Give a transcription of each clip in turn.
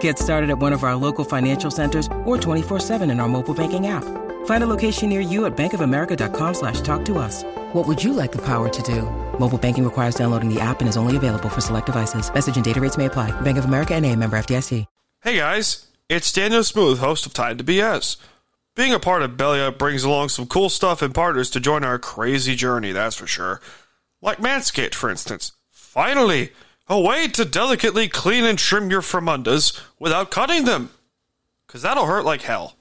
Get started at one of our local financial centers or 24-7 in our mobile banking app. Find a location near you at bankofamerica.com slash talk to us. What would you like the power to do? Mobile banking requires downloading the app and is only available for select devices. Message and data rates may apply. Bank of America and a member FDIC. Hey guys, it's Daniel Smooth, host of Time to BS. Being a part of Belly Up brings along some cool stuff and partners to join our crazy journey, that's for sure. Like Manscaped, for instance. Finally, a way to delicately clean and trim your Fremundas without cutting them. Because that'll hurt like hell.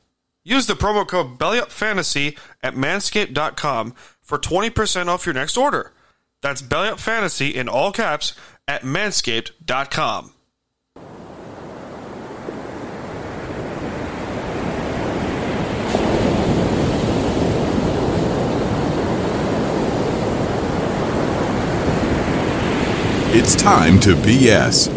Use the promo code BellyUpFantasy at manscaped.com for 20% off your next order. That's BellyUpFantasy in all caps at manscaped.com. It's time to BS.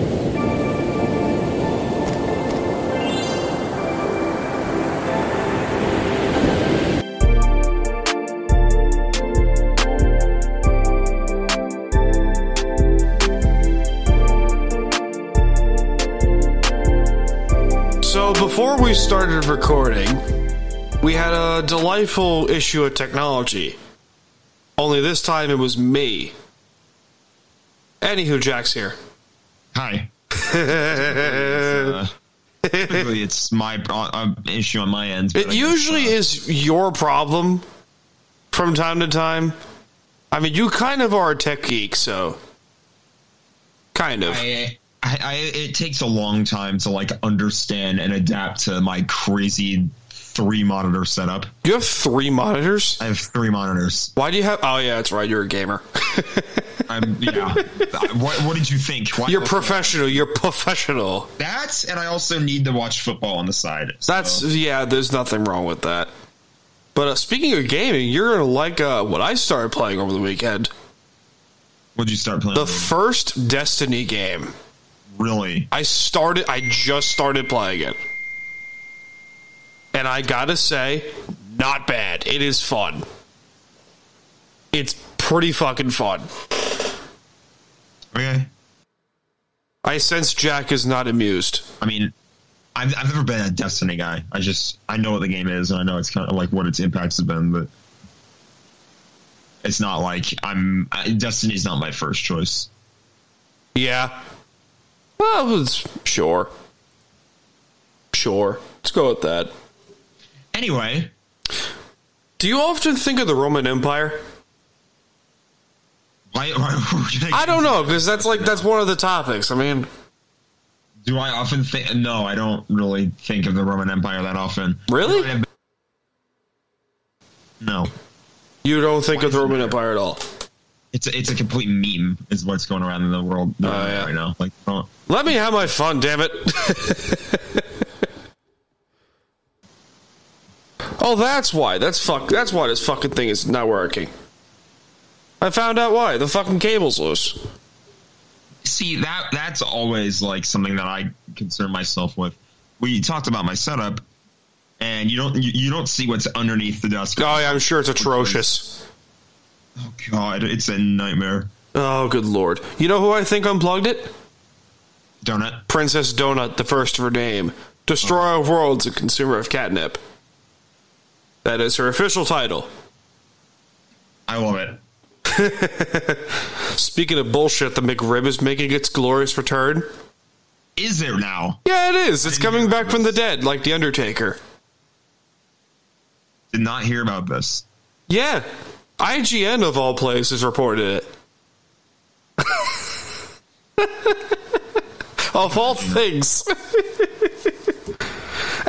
So before we started recording, we had a delightful issue of technology. Only this time it was me. Anywho, Jack's here. Hi. Uh, typically, it's my pro- uh, issue on my end. but It I guess, usually uh, is your problem from time to time. I mean, you kind of are a tech geek, so kind of. I, I, I, it takes a long time to like understand and adapt to my crazy three monitor setup. You have three monitors. I have three monitors. Why do you have? Oh yeah, that's right. You're a gamer. I'm yeah. what, what did you think? Why, You're professional. You're professional. that, and I also need to watch football on the side. So That's yeah. There's nothing wrong with that. But uh, speaking of gaming, you're gonna like uh, what I started playing over the weekend. what'd you start playing? The first Destiny game. really? I started. I just started playing it, and I gotta say, not bad. It is fun. It's pretty fucking fun. Okay. I sense Jack is not amused. I mean, I've, I've never been a Destiny guy. I just I know what the game is, and I know it's kind of like what its impacts have been, but it's not like I'm I, Destiny's not my first choice. Yeah. Well, it's, sure. Sure. Let's go with that. Anyway, Do you often think of the Roman Empire? why, why we're gonna- I don't know because that's like that's one of the topics. I mean, do I often think? No, I don't really think of the Roman Empire that often. really, No, you don't think of the does it Roman matter? Empire at all. it's a, it's a complete meme is what's going around in the world yeah. right now. Like, oh, Let me have my fun, damn it! oh, that's why. That's fuck. That's why this fucking thing is not working. I found out why. The fucking cable's loose. see that that's always like something that I concern myself with. We talked about my setup, and you don't you, you don't see what's underneath the desk. Oh, yeah, I'm sure it's atrocious. Oh, God, it's a nightmare. Oh, good lord! You know who I think unplugged it? Donut. Princess Donut, the first of her name, destroyer of worlds and consumer of catnip. That is her official title. I love it. Speaking of bullshit, the McRib is making its glorious return. Is there now? Yeah, it is. It's coming back from the dead, like The Undertaker. Did not hear about this. Yeah. IGN, of all places, reported it. of all things.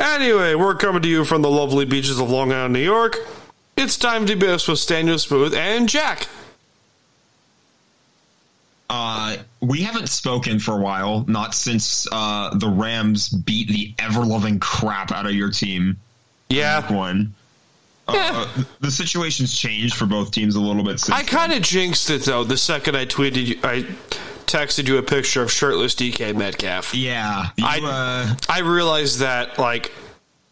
anyway, we're coming to you from the lovely beaches of Long Island, New York. It's time to BS with Daniel Smooth and Jack. Uh, we haven't spoken for a while, not since uh, the Rams beat the ever loving crap out of your team. Like, Yeah. One. Uh, uh, the situation's changed for both teams a little bit since. I kind of jinxed it though. The second I tweeted, you, I texted you a picture of shirtless DK Metcalf. yeah. You, I- uh, I realized that like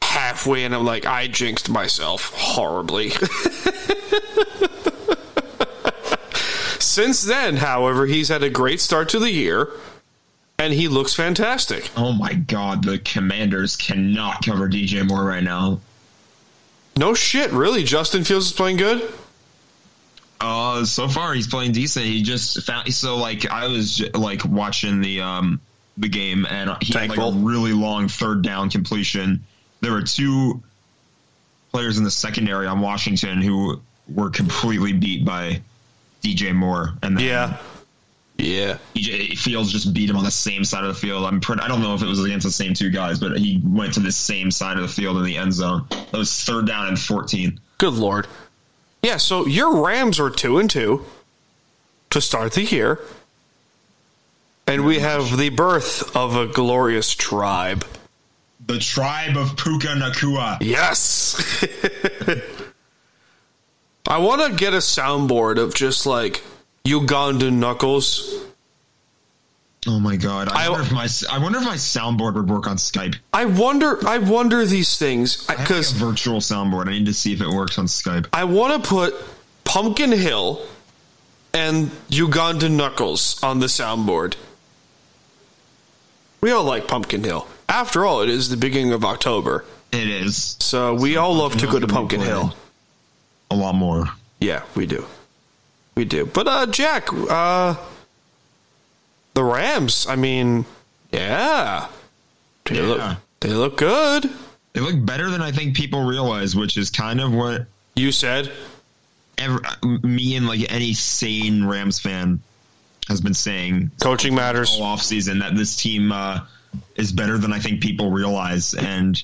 halfway, and I'm like, I jinxed myself horribly. Since then, however, he's had a great start to the year, and he looks fantastic. oh my God, the Commanders cannot cover DJ Moore right now. No shit, really. Justin Fields is playing good. Uh, so far he's playing decent. He just found so like I was j- like watching the um the game and he had like a Thankful. really long third down completion. There were two players in the secondary on Washington who were completely beat by DJ Moore and then yeah. DJ Fields just beat him on the same side of the field. I'm pretty, I don't know if it was against the same two guys, but he went to the same side of the field in the end zone. That was third down and 14. Good lord. Yeah, so your Rams are two and two to start the year. And we have the birth of a glorious tribe. The tribe of Puka Nakua. Yes. I want to get a soundboard of just like Ugandan knuckles. Oh my god! I, I- wonder if my I wonder if my soundboard would work on Skype. I wonder I wonder these things I have like, cuz a virtual soundboard. I need to see if it works on Skype. I want to put Pumpkin Hill and Uganda Knuckles on the soundboard. We all like Pumpkin Hill. After all, it is the beginning of October, It is so we all love to go to Pumpkin Hill. a lot more. Yeah, we do. We do. But uh Jack, uh the Rams, I mean, yeah. They Yeah. look they look good. They look better than I think people realize, which is kind of what You said ever, me and like any sane Rams fan has been saying coaching matters. all offseason that this team uh, is better than I think people realize, and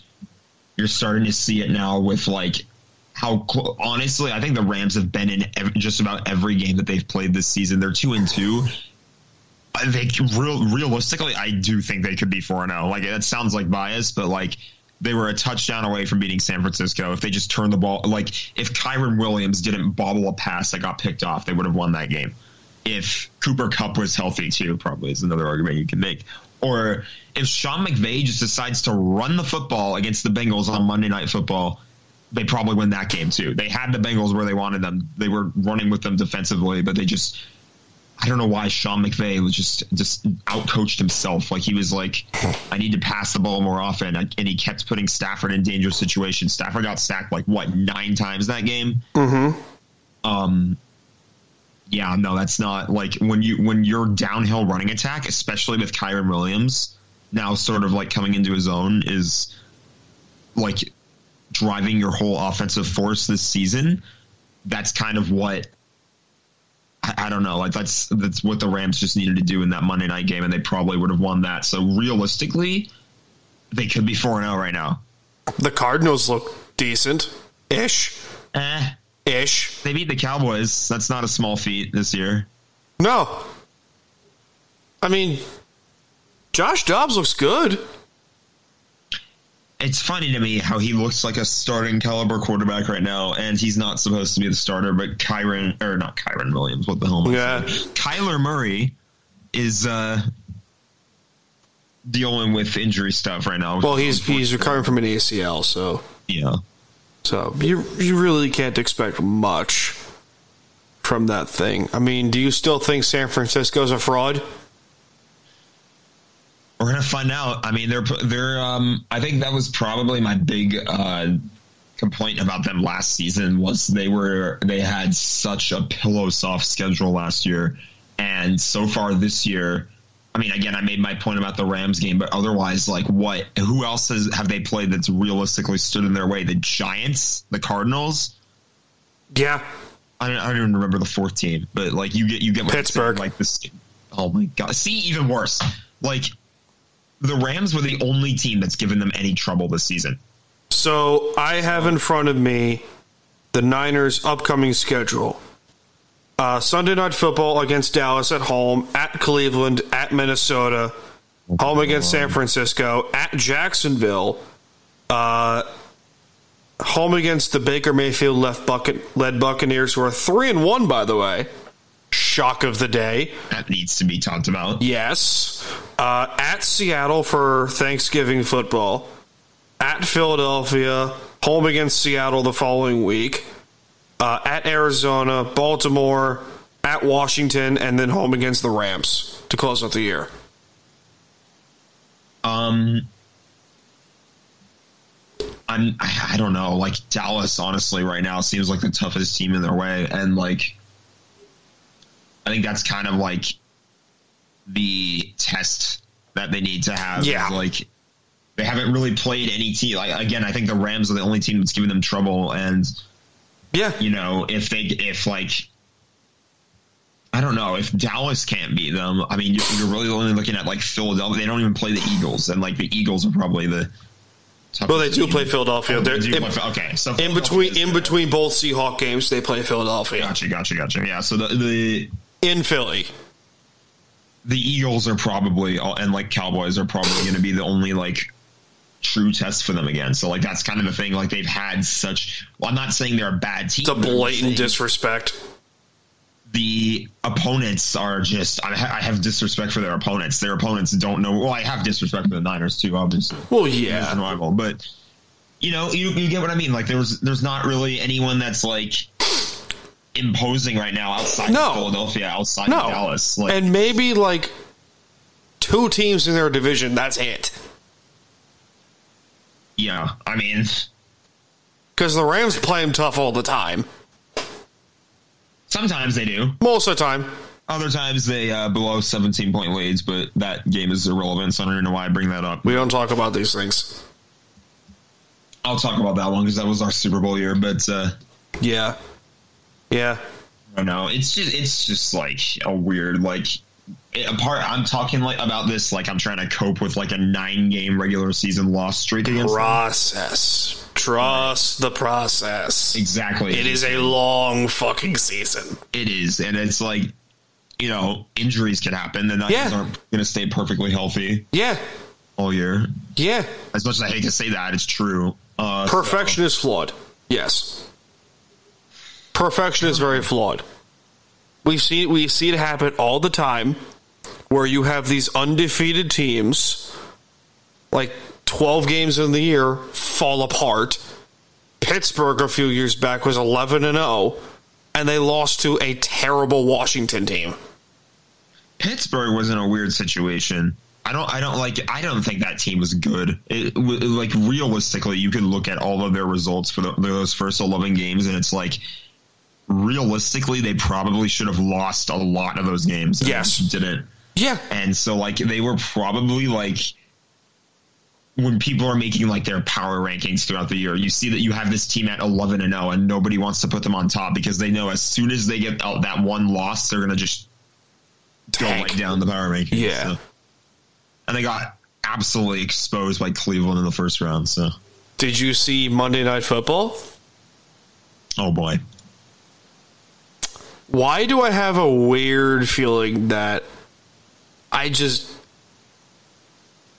you're starting to see it now with like how cl- honestly I think the Rams have been in ev- just about every game that they've played this season. They're two and two. I think real realistically, I do think they could be four and zero. Like that sounds like bias, but like they were a touchdown away from beating San Francisco. If they just turned the ball, like if Kyron Williams didn't bobble a pass that got picked off, they would have won that game. If Cooper Cup was healthy too, probably is another argument you can make. Or if Sean McVay just decides to run the football against the Bengals on Monday Night Football, they probably win that game too. They had the Bengals where they wanted them. They were running with them defensively, but they just I don't know why Sean McVay was just just outcoached himself. Like he was like, I need to pass the ball more often, and he kept putting Stafford in dangerous situations. Stafford got sacked like what nine times that game. Mm-hmm. Um, yeah, no, that's not like when you when your downhill running attack, especially with Kyron Williams now sort of like coming into his own, is like driving your whole offensive force this season. That's kind of what I, I don't know. Like that's that's what the Rams just needed to do in that Monday night game, and they probably would have won that. So realistically, they could be four and zero right now. The Cardinals look decent. Ish. Eh, Ish. they beat the Cowboys. That's not a small feat this year. No. I mean, Josh Dobbs looks good. It's funny to me how he looks like a starting caliber quarterback right now, and he's not supposed to be the starter. But Kyron, or not Kyron Williams, what the hell? am I Yeah. saying? Kyler Murray is uh, dealing with injury stuff right now. Well, he's he's recovering from an ACL, so yeah. so you you really can't expect much from that thing. I mean, do you still think San Francisco's a fraud? We're gonna find out. I mean, they're they're. Um, I think that was probably my big uh, complaint about them last season was they were they had such a pillow soft schedule last year, and so far this year. I mean, again, I made my point about the Rams game, but otherwise, like, what? Who else has, have they played that's realistically stood in their way? The Giants, the Cardinals. Yeah. I don't, I don't even remember the fourth team, but like, you get you get what I'm saying, Pittsburgh. like this. Oh my god! See, even worse. Like the Rams were the only team that's given them any trouble this season. So I have in front of me the Niners' upcoming schedule. Uh, Sunday night football against Dallas at home, at Cleveland, at Minnesota, home against San Francisco, at Jacksonville, uh, home against the Baker Mayfield left bucket led Buccaneers, who are three and one, by the way. Shock of the day. That needs to be talked about. Yes. Uh, at Seattle for Thanksgiving football. At Philadelphia, home against Seattle the following week. Uh, at Arizona, Baltimore, at Washington, and then home against the Rams to close out the year. Um, I'm I I don't know. Like Dallas, honestly, right now seems like the toughest team in their way, and like I think that's kind of like the test that they need to have. is, Yeah. like they haven't really played any team. Like again, I think the Rams are the only team that's given them trouble, and Yeah. you know if they if like. I don't know if Dallas can't beat them. I mean, you're you're really only looking at like Philadelphia. They don't even play the Eagles, and like the Eagles are probably the. toughest Well, they do team. play Philadelphia. Oh, They're they do in, play- okay, so in between Philadelphia is in good. between both Seahawk games, they play Philadelphia Gotcha, gotcha, gotcha. Yeah, so the the in Philly. the Eagles are probably and like Cowboys are probably going to be the only like true test for them again. So like that's kind of the thing. Like they've had such. Well, I'm not saying they're a bad team. It's a but I'm saying blatant disrespect. The opponents are just. I, ha- I have disrespect for their opponents. Their opponents don't know. Well, I have disrespect for the Niners too, obviously. Well, yeah. yeah. rival. But you know, you, you get what I mean. Like there's there's not really anyone that's like imposing right now outside No. of Philadelphia, outside No. of Dallas. Like and maybe like two teams in their division, that's it. yeah, I mean, Because the Rams play them tough all the time. sometimes they do. Most of the time. Other times they uh, blow 17 point leads, but that game is irrelevant. So I don't even know why I bring that up. We don't talk about these things. I'll talk about that one because that was our Super Bowl year. But uh, Yeah. Yeah. I don't know. It's just it's just like a weird like it- apart. I'm talking like about this like I'm trying to cope with like a nine game regular season loss streak against. them. Process. Trust the process. Exactly. It is a long fucking season. It is, and it's like you know injuries could happen. The Niners Yeah. aren't going to stay perfectly healthy Yeah. all year. Yeah. As much as I hate to say that, it's true. Uh, so- Perfection is flawed. Yes. Perfection is very flawed. We've seen we see it happen all the time where you have these undefeated teams like 12 games in the year fall apart. Pittsburgh a few years back was 11 and 0 and they lost to a terrible Washington team. Pittsburgh was in a weird situation. I don't. I don't like. I don't think that team was good. It, w- like realistically, you could look at all of their results for the, those first eleven games, and it's like realistically they probably should have lost a lot of those games. and Yes. didn't. Yeah. And so like they were probably like when people are making like their power rankings throughout the year, you see that you have this team at 11 and 0 and nobody wants to put them on top because they know as soon as they get out that one loss, they're going to just go Tank. right down the power rankings. Yeah. so. And they got absolutely exposed by Cleveland in the first round. So, Did you see Monday Night Football? oh boy. why do I have a weird feeling that I just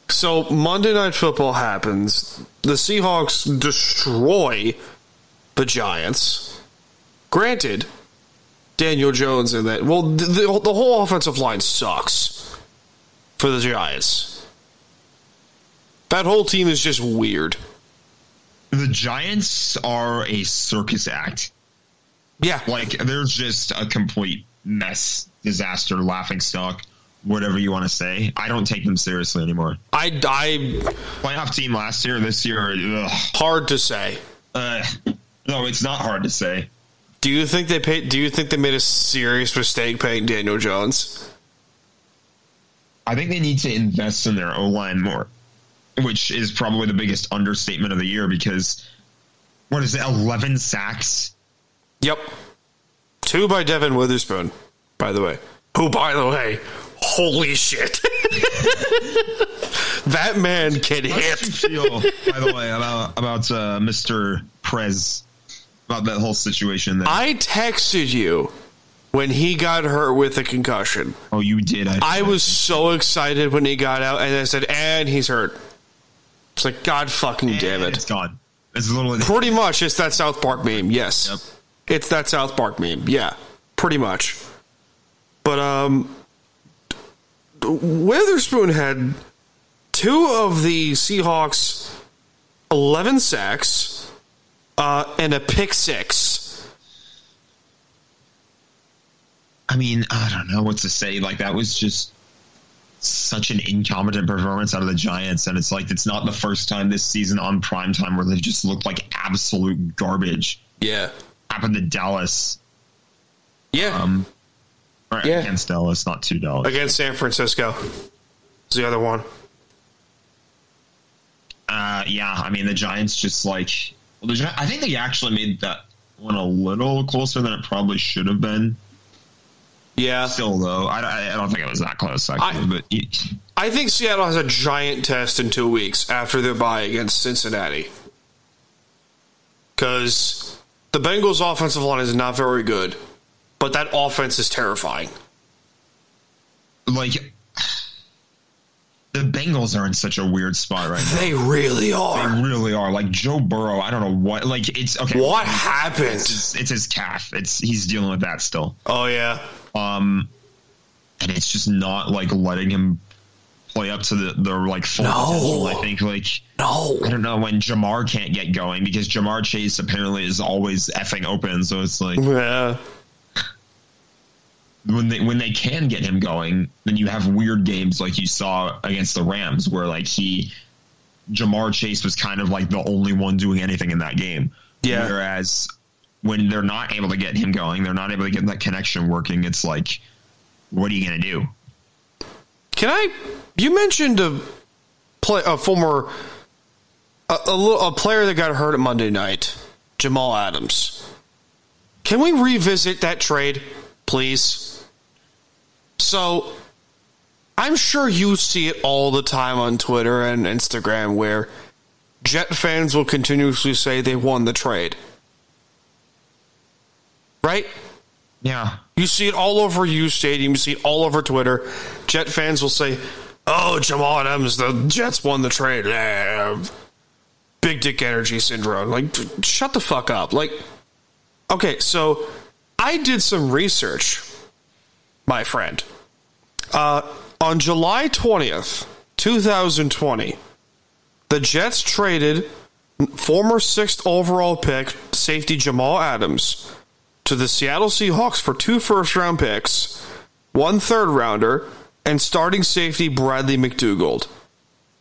so Monday Night Football happens. The Seahawks destroy the Giants. Granted, Daniel Jones and that. Well, the, the, the whole offensive line sucks for the Giants. That whole team is just weird. The Giants are a circus act. Yeah. like there's just a complete mess, disaster, laughing stock, whatever you want to say. I don't take them seriously anymore. I, I Playoff team last year, this year, ugh, hard to say. uh, no, it's not hard to say. Do you think they paid? Do you think they made a serious mistake paying Daniel Jones? I think they need to invest in their O line more, which is probably the biggest understatement of the year because what is it, eleven sacks? Yep. Two by Devin Witherspoon, by the way. Who, by the way, holy shit! that man can How did you hit. feel, by the way, about about uh, Mister Prez about that whole situation? There? I texted you when he got hurt with a concussion. oh, you did. I was so excited when he got out, and I said, "And he's hurt." It's like God fucking damn And it. It's gone. It's literally Pretty much, it's that South Park meme. Yes, it's that South Park meme. Yeah, pretty much. But um, Witherspoon had two of the Seahawks' eleven sacks uh, and a pick six. I mean, I don't know what to say. Like that was just such an incompetent performance out of the Giants, and it's like it's not the first time this season on primetime where they just looked like absolute garbage. Yeah, Happened to Dallas, yeah. um, or Yeah. against Dallas, not to Dallas. Against San Francisco, is the other one. Uh, yeah, I mean the Giants just like well, the Gi- I think they actually made that one a little closer than it probably should have been. Yeah, Still though, I, don't- I don't think it was that close actually. I- but it, I think Seattle has a giant test in two weeks after their bye against Cincinnati. Because the Bengals' offensive line is not very good, but that offense is terrifying. like the Bengals are in such a weird spot right now. They really are. They really are. Like Joe Burrow, I don't know what. Like it's okay. What It's happened? his, it's his calf. It's he's dealing with that still. Oh, yeah. Um, and it's just not like letting him play up to the the like full No. potential. I think like No. I don't know when Jamar can't get going because Jamar Chase apparently is always effing open. So it's like Yeah. when they when they can get him going, then you have weird games like you saw against the Rams where like he Jamar Chase was kind of like the only one doing anything in that game. Yeah. Whereas when they're not able to get him going, they're not able to get that connection working. It's like, what are you gonna do? Can I? You mentioned a play, a former, a, a, little, a player that got hurt at Monday night, Jamal Adams. Can we revisit that trade, please? So, I'm sure you see it all the time on Twitter and Instagram where Jet fans will continuously say they won the trade. Right? Yeah. You see it all over U Stadium. You see it all over Twitter. Jet fans will say, "Oh, Jamal Adams, the Jets won the trade." Eh, Big dick energy syndrome. Like, d- shut the fuck up. Like, okay, so I did some research, my friend. Uh, on July twentieth, two thousand twenty, the Jets traded former sixth overall pick safety Jamal Adams to the Seattle Seahawks for two first round picks, one third rounder, and starting safety Bradley McDougald.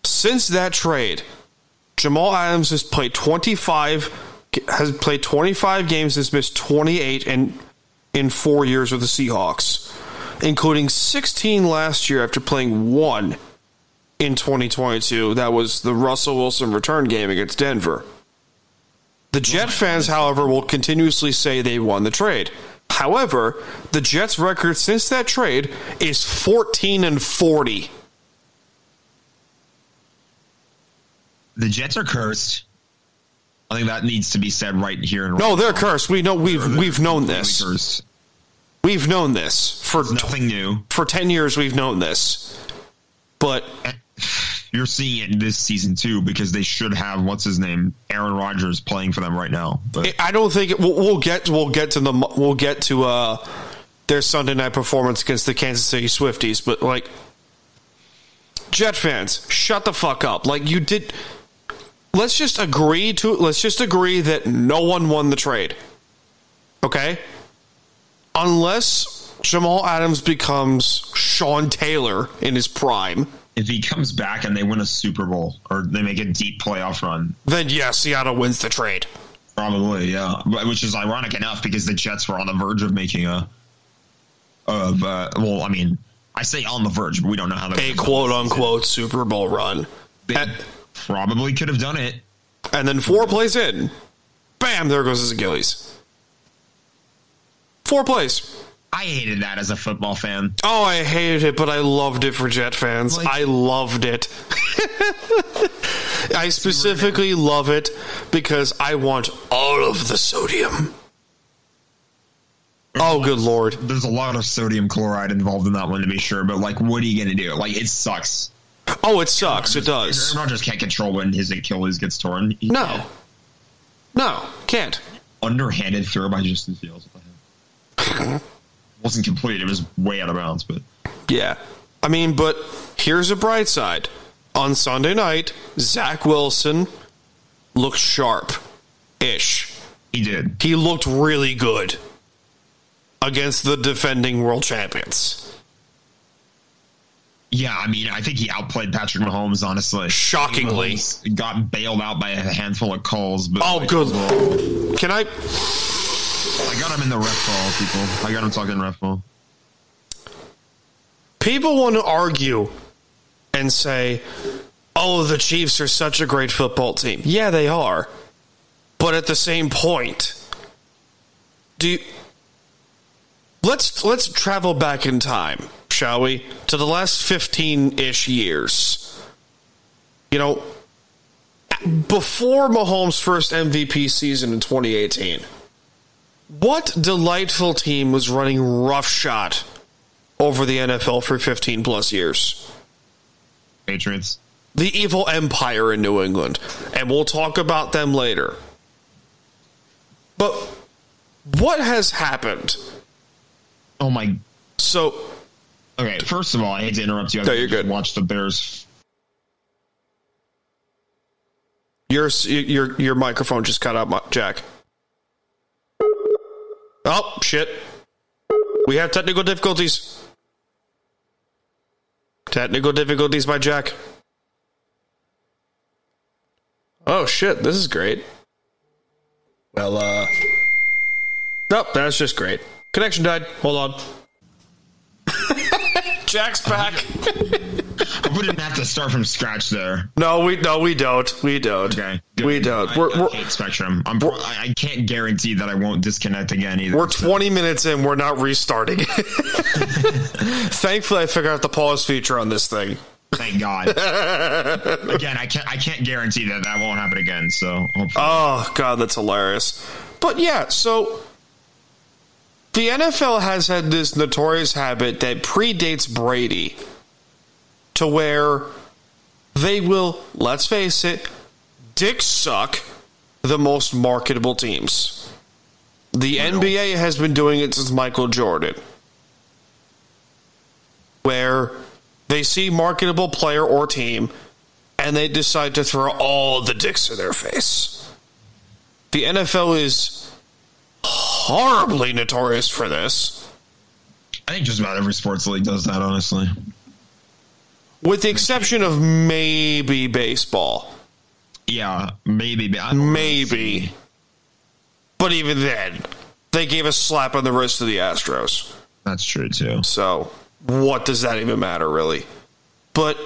Since that trade, Jamal Adams has played 25 has played 25 games has missed 28 in in 4 years with the Seahawks, including 16 last year after playing 1 in 2022. That was the Russell Wilson return game against Denver. The Jet fans, however, will continuously say they won the trade. However, the Jets' record since that trade is 14 and 40. The Jets are cursed. I think that needs to be said right here and No, they're cursed. We know we've we've known this. Cursed. We've known this for It's nothing new. for 10 years we've known this. But You're seeing it this season too because they should have what's his name Aaron Rodgers playing for them right now. But I- I don't think it, we'll, we'll get we'll get to the we'll get to uh their Sunday night performance against the Kansas City Swifties, but like Jet fans, shut the fuck up. Like you did let's just agree to let's just agree that no one won the trade. Okay? Unless Jamal Adams becomes Sean Taylor in his prime, if he comes back and they win a Super Bowl or they make a deep playoff run, then yeah, Seattle wins the trade. probably yeah. But- Which is ironic enough because the Jets were on the verge of making a of uh, well, I mean, I say on the verge, but we don't know how A they quote unquote Super Bowl run. They At- probably could have done it. And then four plays in, bam, there goes his Achilles. Four plays. I hated that as a football fan. Oh, I hated it, but I loved it for Jet fans. Like- I loved it. I specifically love it because I want all of the sodium. Oh, good lord. There's a lot of sodium chloride involved in that one to be sure, but like, what are you gonna do? Like, it sucks. Oh, it sucks. It Aaron does. Rodgers can't control when his Achilles gets torn. He No. can't. No, can't. Underhanded throw by Justin Fields. What the heck? Wasn't complete. It was way out of bounds, but Yeah. I mean, but here's a bright side. On Sunday night, Zach Wilson looked sharp ish. he did. He looked really good against the defending world champions. Yeah, I mean, I think he outplayed Patrick Mahomes. Honestly, Shockingly. Mahomes got bailed out by a handful of calls. But Oh, like, good. Can I? I got him in the ref ball, people. I got him talking ref ball. People want to argue and say, oh, the Chiefs are such a great football team. Yeah, they are. But at the same point, do you- let's let's travel back in time, shall we? To the last 15-ish years. You know, before Mahomes' first MVP season in 2018. What delightful team was running roughshod over the NFL for 15 plus years? Patriots. the evil empire in New England, and we'll talk about them later. But what has happened? Oh my. So, Okay, first of all, I hate to interrupt you. I No, you're good. Watch the Bears. your your your microphone just cut out, my- Jack. Oh shit! We have technical difficulties. Technical difficulties by Jack. Oh shit! This is great. Well, uh, nope, that's just great. Connection died. Hold on. Jack's back. I wouldn't have to start from scratch there. No, we no, we don't. We don't. Okay, We don't. I, We're, I we're, hate Spectrum. I'm. pro- I I can't guarantee that I won't disconnect again either. We're so- 20 minutes in. We're not restarting. Thankfully, I figured out the pause feature on this thing. Thank God. again, I can't. I can't guarantee that that won't happen again. So hopefully. Oh, God, that's hilarious. But yeah, so the NFL has had this notorious habit that predates Brady to where they will, let's face it, dick suck the most marketable teams. The NBA has been doing it since Michael Jordan, where they see marketable player or team and they decide to throw all the dicks in their face. The NFL is horribly notorious for this, I think just about every sports league does that. Honestly. with the exception of maybe baseball. Yeah, maybe. but I don't Maybe. But even then, they gave a slap on the wrist to the Astros. That's true too. So, what does that even matter, really? But,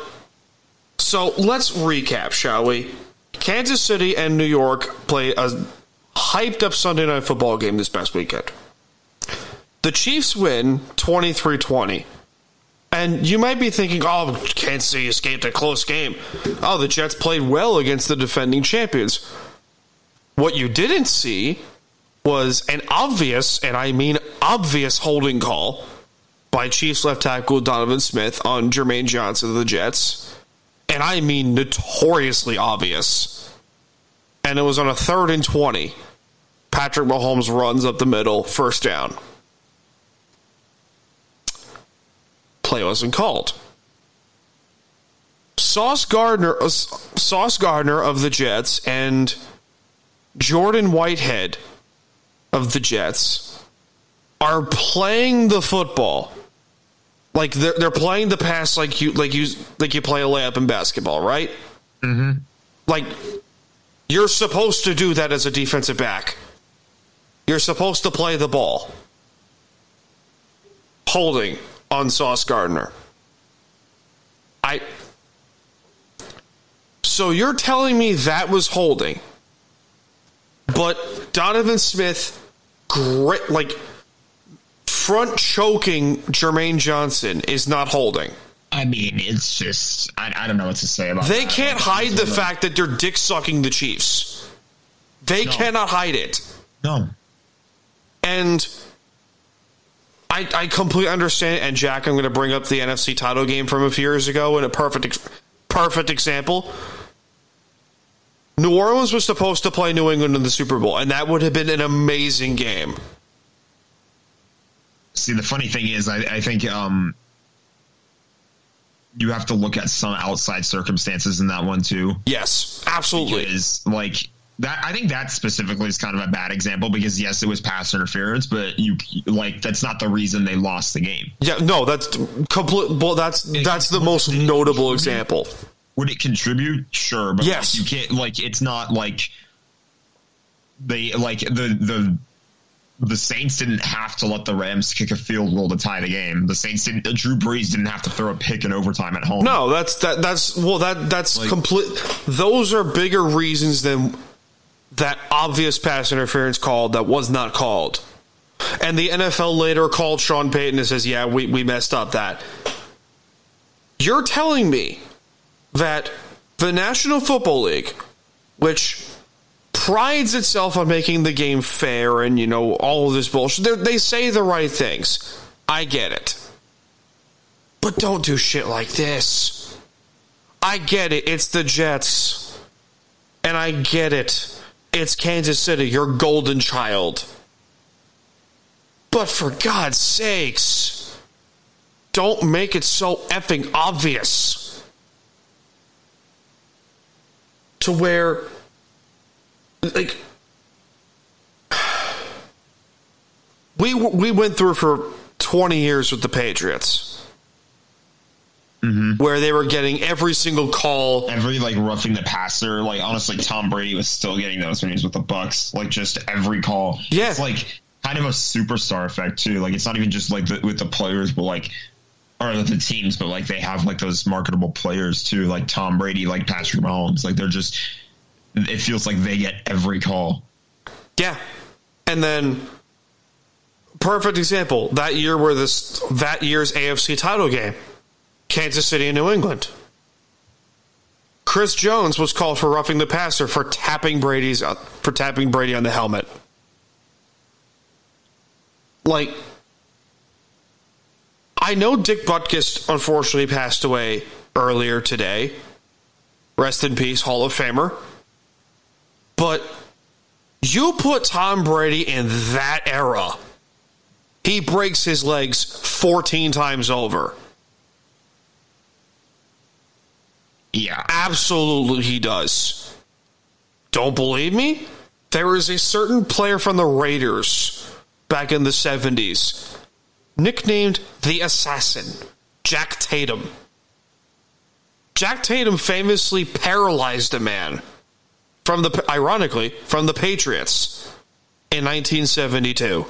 so let's recap, shall we? Kansas City and New York play a hyped up Sunday night football game this past weekend. The Chiefs win 23 20. And you might be thinking, oh, Kansas City escaped a close game. Oh, the Jets played well against the defending champions. What you didn't see was an obvious, and I mean obvious, holding call by Chiefs left tackle Donovan Smith on Jermaine Johnson of the Jets. And I mean notoriously obvious. And it was on a third and 20. Patrick Mahomes runs up the middle, first down. Play wasn't called. Sauce Gardner, uh, Sauce Gardner of the Jets and Jordan Whitehead of the Jets are playing the football like they're they're playing the pass like you like you like you play a layup in basketball, right? Mm-hmm. Like you're supposed to do that as a defensive back. You're supposed to play the ball. Holding on Sauce Gardner. I. So you're telling me that was holding, but Donovan Smith, great like front choking Jermaine Johnson is not holding. I mean, it's just I, I don't know what to say about. They that. can't hide the fact that they're dick sucking the Chiefs. They cannot hide it. No, And I, I completely understand. And Jack, I'm going to bring up the NFC title game from a few years ago and a perfect, ex- perfect example. New Orleans was supposed to play New England in the Super Bowl, and that would have been an amazing game. See, the funny thing is, I, I think um, you have to look at some outside circumstances in that one too. Yes, absolutely. Is like that. I think that specifically is kind of a bad example because yes, it was pass interference, but you like that's not the reason they lost the game. Yeah, no, that's complete. Well, that's that's the most notable example. Would it contribute? Sure, but like, Yes. you can't. Like it's not like they like the the. The Saints didn't have to let the Rams kick a field goal to tie the game. The Saints didn't. Drew Brees didn't have to throw a pick in overtime at home. No, that's that that's well that that's complete. Those are bigger reasons than that obvious pass interference call that was not called. And the NFL later called Sean Payton and says, "Yeah, we we messed up that." You're telling me that the National Football League, which prides itself on making the game fair and you know all of this bullshit, they they say the right things. I get it. But don't do shit like this. I get it. It's the Jets. And I get it. It's Kansas City, your golden child. But for God's sakes, don't make it so effing obvious to where, like, we we went through for twenty years with the Patriots, where they were getting every single call every like roughing the passer, like honestly, Tom Brady was still getting those when he was with the Bucks. Like just every call, Yeah. it's like kind of a superstar effect too. Like it's not even just like the, with the players, but like or with the teams, but like they have like those marketable players too, like Tom Brady, like Patrick Mahomes. Like they're just, it feels like they get every call. Yeah. And then perfect example, that year where this that year's AFC title game, Kansas City and New England. Chris Jones was called for roughing the passer for tapping Brady's uh, for tapping Brady on the helmet. Like I know Dick Butkus unfortunately passed away earlier today. Rest in peace, Hall of Famer. But you put Tom Brady in that era, he breaks his legs 14 times over. Yeah, Absolutely, he does. Don't believe me? There is a certain player from the Raiders back in the 70s, nicknamed the Assassin, Jack Tatum. Jack Tatum famously paralyzed a man from the ironically from the Patriots in 1972.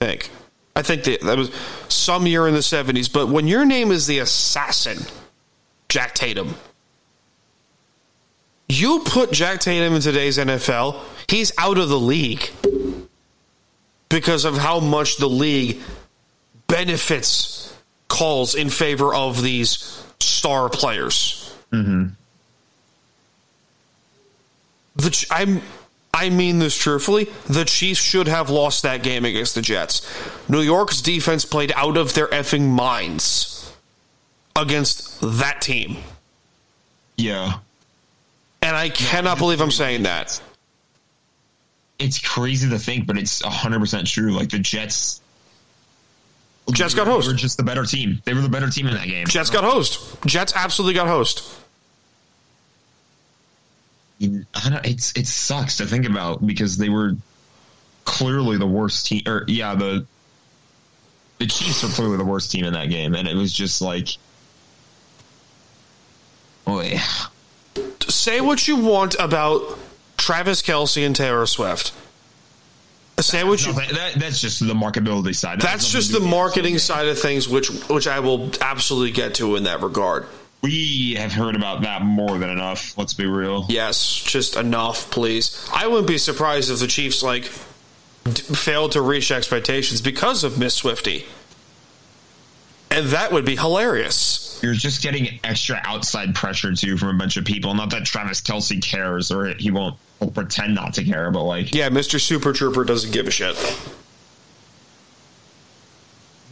I think. I think that, that was some year in the 70s, but when your name is the Assassin, Jack Tatum. You put Jack Tatum in today's NFL, he's out of the league because of how much the league benefits calls in favor of these star players. Mm-hmm. The Ch- I'm, I mean this truthfully. The Chiefs should have lost that game against the Jets. New York's defense played out of their effing minds against that team. yeah. And I cannot believe I'm saying that. It's crazy to think, but it's hundred percent true. Like the Jets, Jets got were hosed. just the better team. They were the better team in that game. Jets got hosed. Jets absolutely got hosed. I don't, it's it sucks to think about because they were clearly the worst team. Or yeah, the the Chiefs were clearly the worst team in that game, and it was just like, oh yeah, Say what you want about Travis Kelsey and Taylor Swift. Say what you. that, that's just the marketability side. That has That's nothing just to the do with marketing actual side of things, which which I will absolutely get to in that regard. game. We have heard about that more than enough. Let's be real. Yes, just enough, please. I wouldn't be surprised if the Chiefs like d- failed to reach expectations because of Miss Swifty, and that would be hilarious. You're just getting extra outside pressure too from a bunch of people. Not that Travis Kelsey cares, or he won't he'll pretend not to care, but like, Yeah, Mr. Super Trooper doesn't give a shit.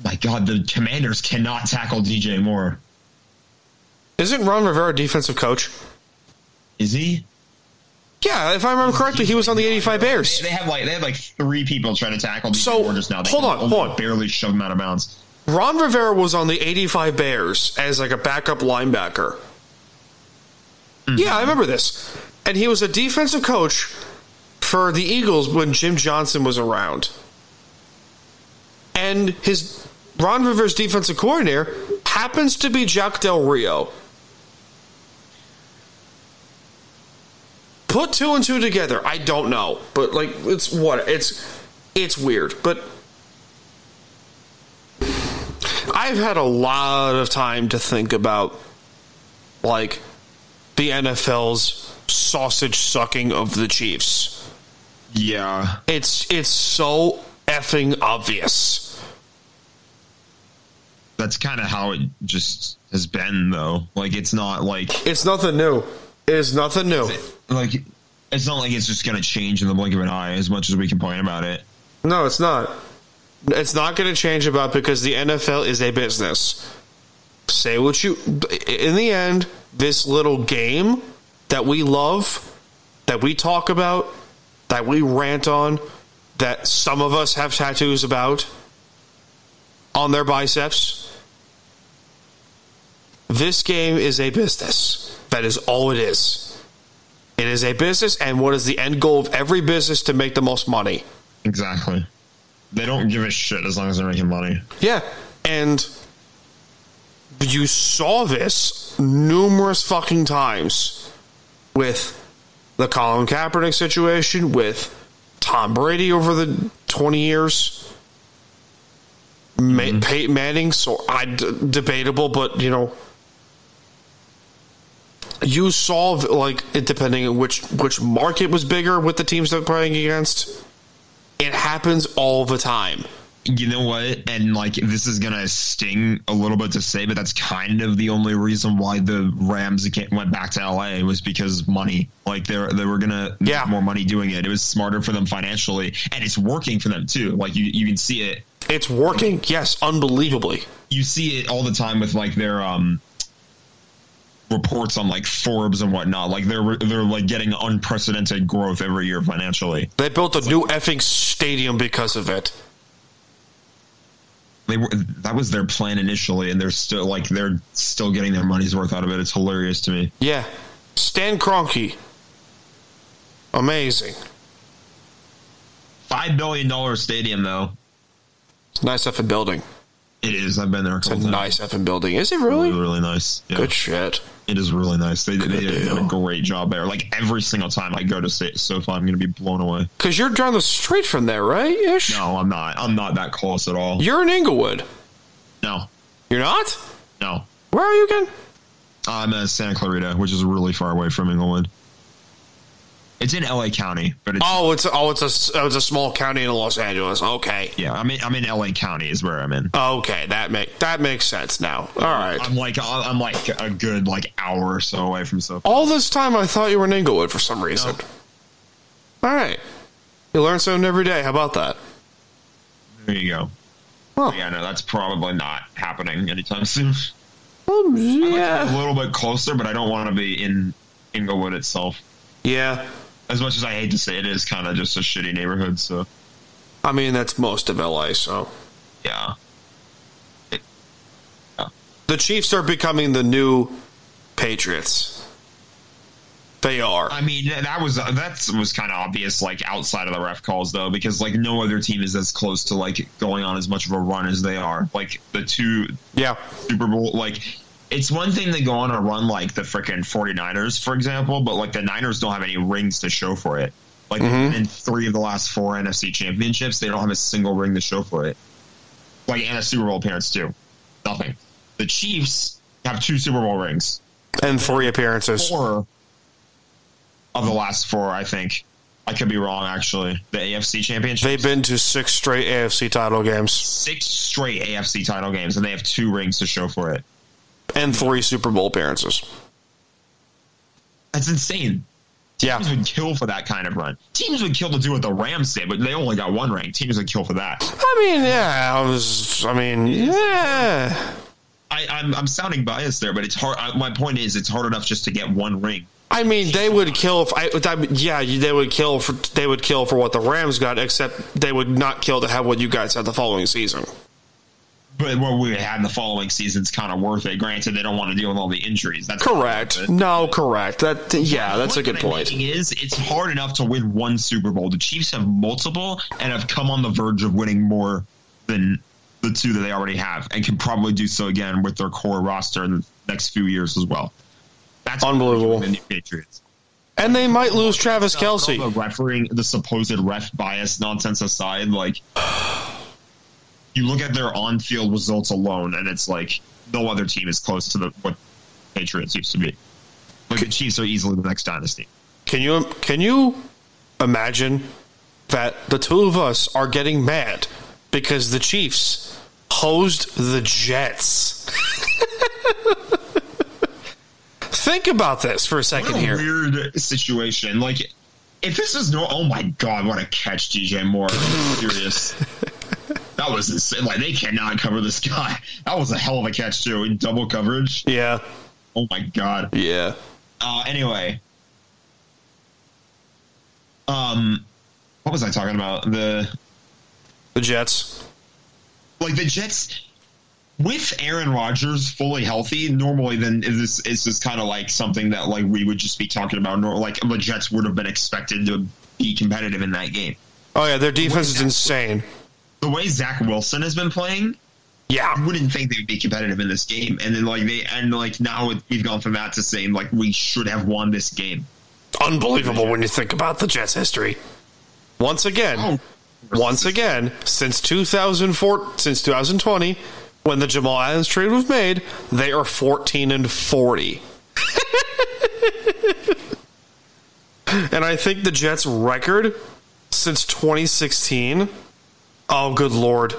my God, the Commanders cannot tackle DJ Moore. Isn't Ron Rivera a defensive coach? Is he? Yeah, if I remember correctly, he was on the 85 Bears. They, they have like they had like three people trying to tackle. So, Deacon Burgess now they hold can on, almost hold on. barely shove him out of bounds. Ron Rivera was on the 85 Bears as like a backup linebacker. Yeah, I remember this. And he was a defensive coach for the Eagles when Jim Johnson was around. And his Ron Rivera's defensive coordinator happens to be Jack Del Rio. Put two and two together. I don't know, but like it's what it's it's weird, but I've had a lot of time to think about like the NFL's sausage sucking of the Chiefs. Yeah, It's it's so effing obvious. that's kind of how it just has been though. Like it's not like It's nothing new. It is nothing new. like it's not like it's just gonna change in the blink of an eye. As much as we complain about it, No, it's not. It's not going to change about because the NFL is a business. Say what you. In the end, this little game that we love, that we talk about, that we rant on, that some of us have tattoos about on their biceps. This game is a business. That is all it is. It is a business, and what is the end goal of every business to make the most money? exactly. They don't give a shit as long as they're making money. Yeah, and you saw this numerous fucking times with the Colin Kaepernick situation, with Tom Brady over the twenty years, Ma- Peyton Manning. So I d- debatable, but you know, you saw like it depending on which which market was bigger with the teams they're playing against. It happens all the time. you know what and like this is gonna sting a little bit to say but that's kind of the only reason why the rams ca- went back to la was because money like they they were gonna make Yeah. more money doing it it was smarter for them financially and it's working for them too like you, you can see it It's working, yes, unbelievably. you see it all the time with like their um reports on like forbes and whatnot like they're they're like getting unprecedented growth every year financially They built a new effing stadium because of it. they were that was their plan initially and they're still like they're still getting their money's worth out of it it's hilarious to me Yeah. Stan Kroenke. Amazing. five billion dollar stadium though. It's a nice effing building. It is. I've been there. A It's a couple nice times. effing building. Is it Really, really? really nice. Yeah. Good shit. It is really nice. They, they Good did a deal. great job there. Like every single time I go to Sa- SoFi, I'm going to be blown away. Because you're down the street from there, right? Ish? No, I'm not. I'm not that close at all. You're in Inglewood. no, You're not? no. Where are you again? I'm at Santa Clarita, which is really far away from Inglewood. It's in LA County, but it's, Oh, it's oh, it's a oh, it's a small county in Los Angeles. Okay, yeah, I'm in, I'm in LA County is where I'm in. okay, that make that makes sense now. All right. I'm like I'm like a good like hour or so away from SoFi. All this time, I thought you were in Inglewood for some reason. All right, you learn something every day. How about that? There you go. Well, Yeah, no, that's probably not happening anytime soon. um, a yeah, little bit closer, but I don't want to be in Inglewood itself. yeah. As much as I hate to say it, it is kind of just a shitty neighborhood. So I mean, that's most of LA. So yeah, the Chiefs are becoming the new Patriots. They are. I mean that was uh, that was kind of obvious, like outside of the ref calls though, because like no other team is as close to like going on as much of a run as they are. Like the two Yeah, Super Bowl, like. It's one thing to go on a run like the frickin' 49ers, for example, but like the Niners don't have any rings to show for it. Like Mm-hmm. in three of the last four NFC championships, they don't have a single ring to show for it. like and a Super Bowl appearance too. Nothing. The Chiefs have two Super Bowl rings, and three appearances. four of the last four. I think I could be wrong. Actually, the AFC Championship, They've been to six straight AFC title games six straight AFC title games, and they have two rings to show for it. and three Super Bowl appearances. That's insane. Yeah, Teams would kill for that kind of run. Teams would kill to do what the Rams did, but they only got one ring. Teams would kill for that. I mean, yeah. I was. I mean, yeah. I, I'm, I'm sounding biased there, but it's hard. I, my point is, it's hard enough just to get one ring. I mean, they would kill. If I, I mean, yeah, you- they would kill for they would kill for what the Rams got, except they would not kill to have what you guys had the following season. But what we had in the following season's kind of worth it. Granted, they don't want to deal with all the injuries. That's Correct? No, correct. That yeah, that's a Point good I'm point. making Is it's hard enough to win one Super Bowl. The Chiefs have multiple and have come on the verge of winning more than the two that they already have, and can probably do so again with their core roster in the next few years as well. That's Unbelievable. The new Patriots. And they might lose Travis Kelsey. All the refereeing, the supposed ref bias nonsense aside, like you look at their on-field results alone, and it's like no other team is close to the what Patriots used to be. Like the Chiefs are easily the next dynasty. Can you can you imagine that the two of us are getting mad because the Chiefs hosed the Jets? Think about this for a second What here. a Weird situation. Like, if this is no, oh my god, what a catch, DJ Moore! I'm Serious. That was insane. Like they cannot cover this guy. That was a hell of a catch too in double coverage. Yeah, Oh my god. yeah. Uh, anyway, um, what was I talking about? The The Jets. like the Jets with Aaron Rodgers fully healthy, normally then is this is this kind of like something that like we would just be talking about. Nor like the Jets would have been expected to be competitive in that game. Oh yeah, their defense is insane. The way Zach Wilson has been playing, I Yeah, wouldn't think they would be competitive in this game. And then like they and like now it- we've gone from that to saying like we should have won this game. unbelievable when you think about the Jets' history. Once again, Oh. once again, since 2004, since 2020, when the Jamal Adams trade was made, they are 14 and 40. and I think the Jets' record since 2016. Oh, good lord.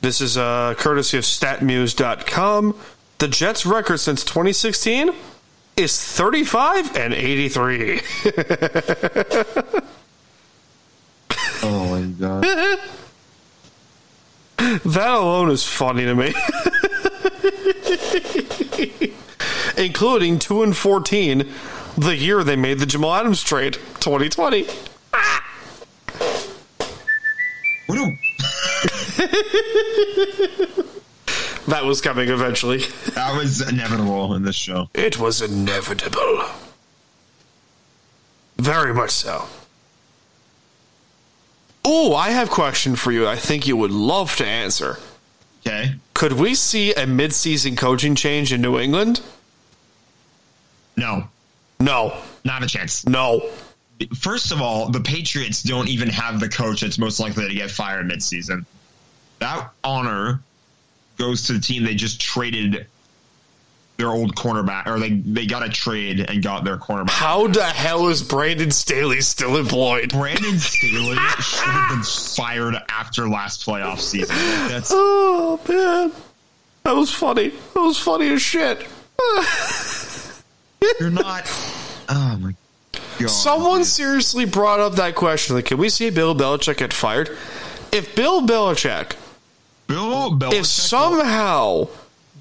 This is uh, courtesy of statmuse.com. The Jets' record since 2016 is 35 and 83. Oh my god. That alone is funny to me. Including 2 and 14, the year they made the Jamal Adams trade, 2020. What do That was coming eventually. that was inevitable in this show. It was inevitable. Very much so. Oh, I have a question for you. I think you would love to answer. Okay. Could we see a mid-season coaching change in New England? No, No. not a chance. No. First of all, the Patriots don't even have the coach that's most likely to get fired midseason. That honor goes to the team they just traded their old cornerback, or they, they got a trade and got their cornerback. How the hell is Brandon Staley still employed? Brandon Staley should have been fired after last playoff season. That's Oh man, that was funny. That was funny as shit. you're not. Oh my god! Someone seriously brought up that question. Like, can we see Bill Belichick get fired? If Bill Belichick, Bill Belichick. if somehow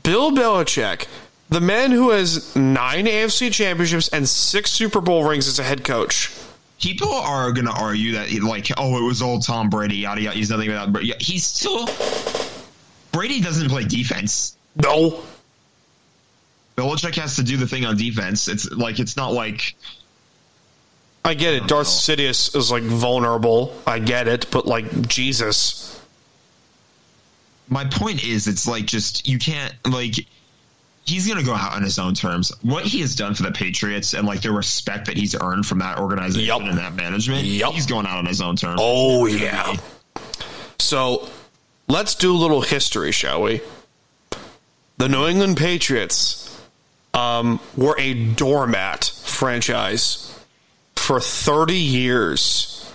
Bill Belichick, the man who has nine AFC championships and six Super Bowl rings as a head coach, people are gonna argue that like oh it was all Tom Brady yada yada he's nothing without Brady Yeah, he's still Brady doesn't play defense no, Belichick has to do the thing on defense it's like it's not like I get it. Darth Sidious is like vulnerable. I get it, but like Jesus, my point is it's like just you can't like he's gonna go out on his own terms what he has done for the Patriots and like the respect that he's earned from that organization Yup. and that management Yup. he's going out on his own terms Oh yeah. So let's do a little history, shall we? The New England Patriots um, were a doormat franchise for 30 years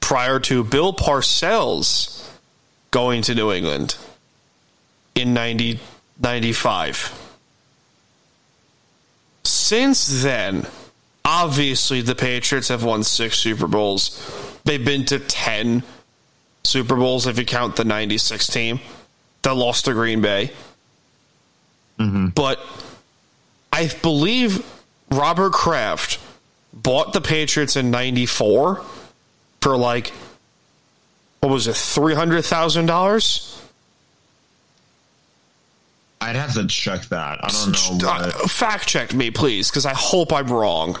prior to Bill Parcells going to New England in 90, 95. Since then, obviously the Patriots have won six Super Bowls. They've been to 10 Super Bowls if you count the 96 team that lost to Green Bay. But I believe Robert Kraft bought the Patriots in 94 for like, what was it, $300,000? I'd have to check that. I don't know. Uh, What, fact check me, please, because I hope I'm wrong.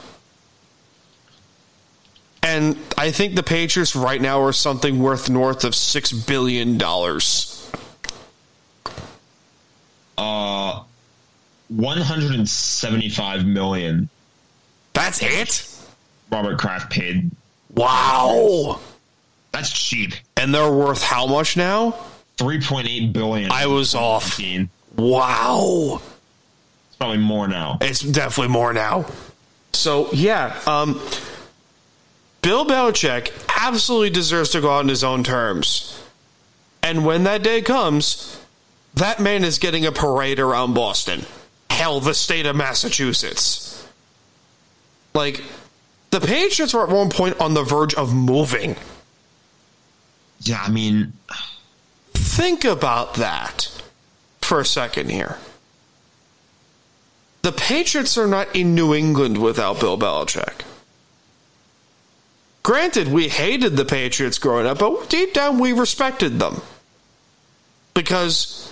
And I think the Patriots right now are something worth north of six billion dollars. uh, 175 million That's it. Robert Kraft paid. Wow. That's cheap. And they're worth how much now? 3.8 billion. I was off. It's Wow. probably more now. It's definitely more now. So yeah, um, Bill Belichick absolutely deserves to go out on his own terms. And when that day comes, that man is getting a parade around Boston. Hell, the state of Massachusetts. Like, the Patriots were at one point on the verge of moving. Yeah, I mean, Think about that for a second here. The Patriots are not in New England without Bill Belichick. Granted, we hated the Patriots growing up, but deep down we respected them because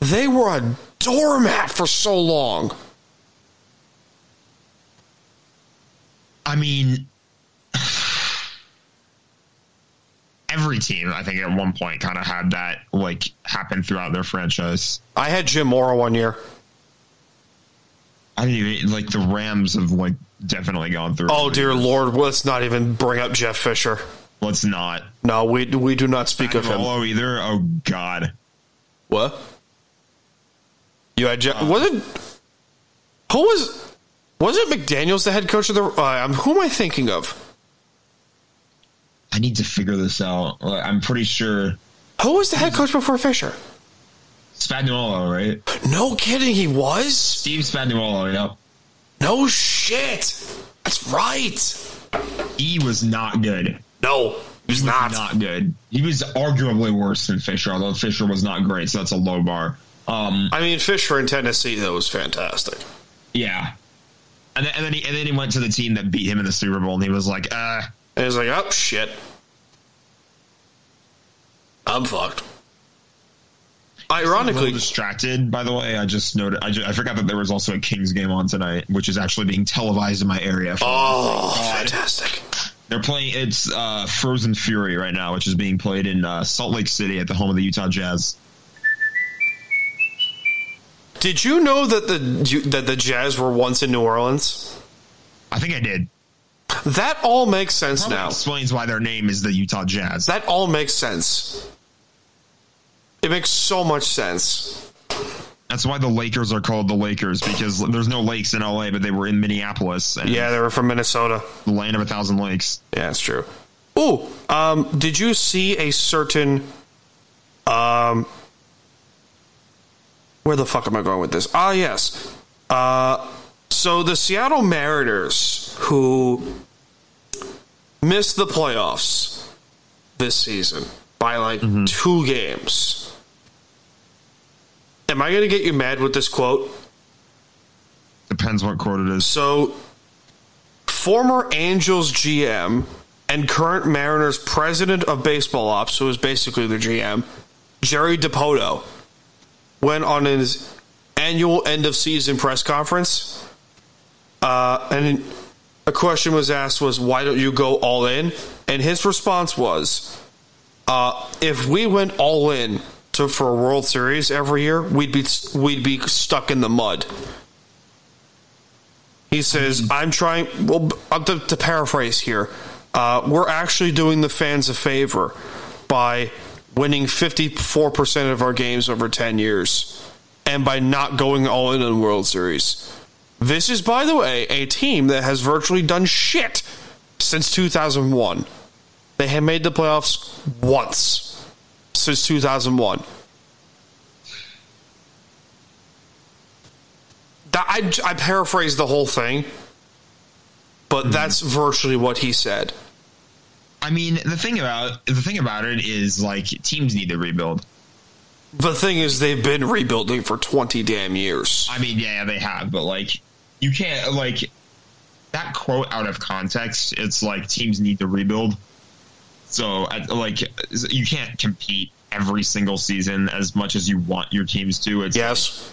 they were a doormat for so long. I mean, every team, I think, at one point kind of had that like happen throughout their franchise. I had Jim Mora one year. I mean, like the Rams have like definitely gone through. Oh dear Lord, let's not even bring up Jeff Fisher. Let's not. No, we we do not speak of him. Rolo either. Oh God. What? You had Jeff. was it? Who was? Was it McDaniel's the head coach of the? Uh, I'm- who am I thinking of? I need to figure this out. Like, I'm pretty sure Who was the head coach before Fisher? Spagnuolo, right? No kidding, he was. Steve Spagnuolo. Yeah, No shit. That's right. he was not good. No, he was not. not good. He was arguably worse than Fisher, although Fisher was not great, so that's a low bar. Um, I mean, Fisher in Tennessee though was fantastic. yeah. And then, and then he and then he went to the team that beat him in the Super Bowl, and he was like, uh, And he's like, oh shit, I'm fucked. really Ironically, distracted. By the way, I just noted, I, ju- I forgot that there was also a Kings game on tonight, which is actually being televised in my area. oh, fantastic. They're playing it's uh, Frozen Fury right now, which is being played in uh, Salt Lake City at the home of the Utah Jazz. Did you know that the you- that the Jazz were once in New Orleans? I think I did. That all makes sense Probably now. explains why their name is the Utah Jazz. That all makes sense. It makes so much sense. That's why the Lakers are called the Lakers because there's no lakes in LA, but they were in Minneapolis, and Yeah, they were from Minnesota. the land of a thousand lakes. Yeah, that's true. Ooh, um, did you see a certain um where the fuck am I going with this? Ah, yes. Uh, so the Seattle Mariners, who missed the playoffs this season by like two games. Am I going to get you mad with this quote? Depends what quote it is. So, former Angels GM and current Mariners president of baseball ops, who is basically the GM, Jerry DePoto, went on his annual end of season press conference, uh, and a question was asked was why don't you go all in? And his response was, uh, if we went all in to for a World Series every year, we'd be we'd be stuck in the mud. He says, "I'm trying." Well, b- uh, to, to paraphrase here, uh, we're actually doing the fans a favor by winning 54 percent of our games over 10 years, and by not going all in on World Series. This is, by the way, a team that has virtually done shit since 2001. They have made the playoffs once since 2001. That- I, I paraphrased the whole thing, but that's virtually what he said. I mean, the thing about the thing about it is like teams need to rebuild. The thing is, they've been rebuilding for 20 damn years. I mean, yeah, they have, but like, you can't like that quote out of context. It's like teams need to rebuild, so I- like you can't compete every single season as much as you want your teams to. It's Yes.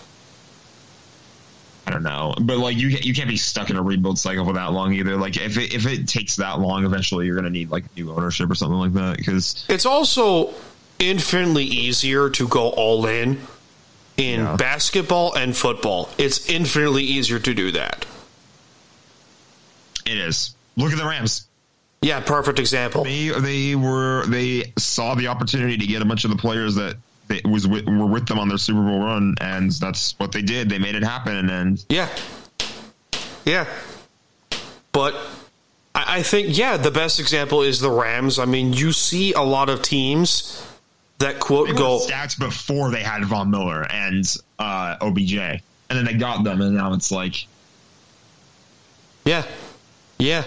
I don't know, but like you you can't be stuck in a rebuild cycle for that long either. Like if it, if it takes that long, eventually you're gonna need like new ownership or something like that. Because It's also infinitely easier to go all in in Yeah. basketball and football. It's infinitely easier to do that. it is. Look at the Rams. Yeah, perfect example. They they were they saw the opportunity to get a bunch of the players that that was with, were with them on their Super Bowl run, and that's what they did. They made it happen, and Yeah. Yeah. But I, I think, yeah, the best example is the Rams. I mean, you see a lot of teams that they quote were go, stats before they had Von Miller and uh, OBJ, and then they got them, and now it's like yeah, yeah.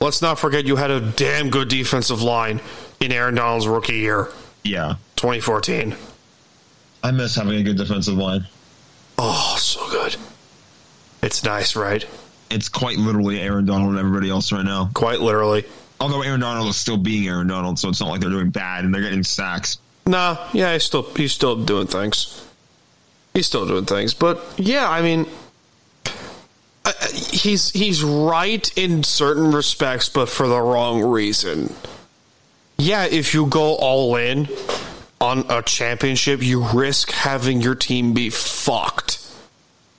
Let's not forget you had a damn good defensive line in Aaron Donald's rookie year, yeah, 2014. I miss having a good defensive line. Oh, so good. It's nice, right? It's quite literally Aaron Donald and everybody else right now. Quite literally. Although Aaron Donald is still being Aaron Donald, so it's not like they're doing bad and they're getting sacks. Nah, yeah, he's still he's still doing things. He's still doing things, but yeah, I mean, uh, he's he's right in certain respects, but for the wrong reason. Yeah, if you go all in on a championship, you risk having your team be fucked.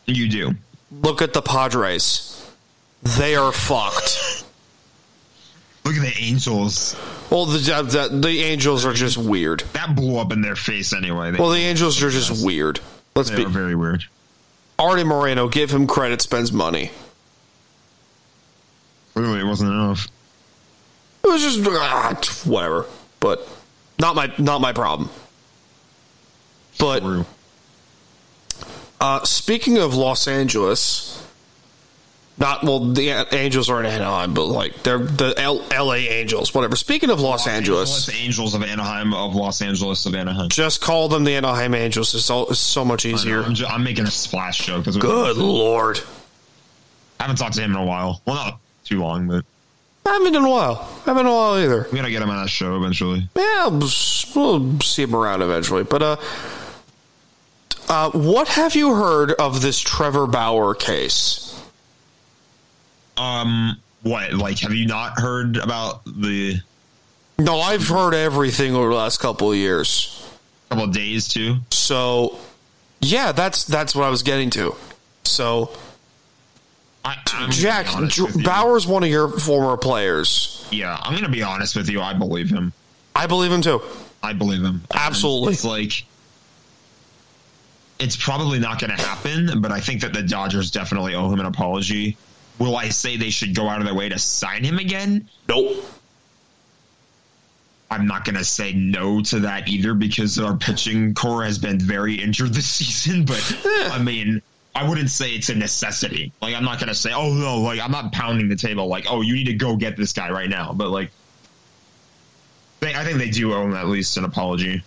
You do. Look at the Padres; they are fucked. Look at the Angels. Well, the the, the Angels are just weird. That blew up in their face anyway. They, Well, the Angels are just weird. Let's they be are very weird. Artie Moreno, give him credit, spends money. Clearly, it wasn't enough. It was just ah, t- whatever, but not my not my problem. But True. uh, speaking of Los Angeles, not well, the A- Angels are in Anaheim, but like they're the L- L.A. Angels, whatever. Speaking of Los, Angeles, The Angels of Anaheim of Los Angeles of Anaheim. just call them the Anaheim Angels. It's, all, it's so much I know, easier. I'm, ju- I'm making a splash joke. That's what- Good lord, I haven't talked to him in a while. Well, not too long, but I haven't in a while. I haven't in a while either. we gotta get him on that show eventually. Yeah, we'll s- we'll see him around eventually. But uh, uh, what have you heard of this Trevor Bauer case? Um, what? Like, have you not heard about the No, I've heard everything over the last couple of years. couple of days too? So, yeah, that's that's what I was getting to. So, I, I'm gonna Jack be honest Dr- with you. Bauer's one of your former players. Yeah, I'm gonna be honest with you. I believe him. I believe him too. I believe him. And Absolutely. It's like it's probably not going to happen, but I think that the Dodgers definitely owe him an apology. Will I say they should go out of their way to sign him again? Nope. I'm not going to say no to that either because our pitching core has been very injured this season. But I mean, I wouldn't say it's a necessity. Like, I'm not going to say, oh, no, like, I'm not pounding the table, like, oh, you need to go get this guy right now. But, like, they, I think they do owe him at least an apology.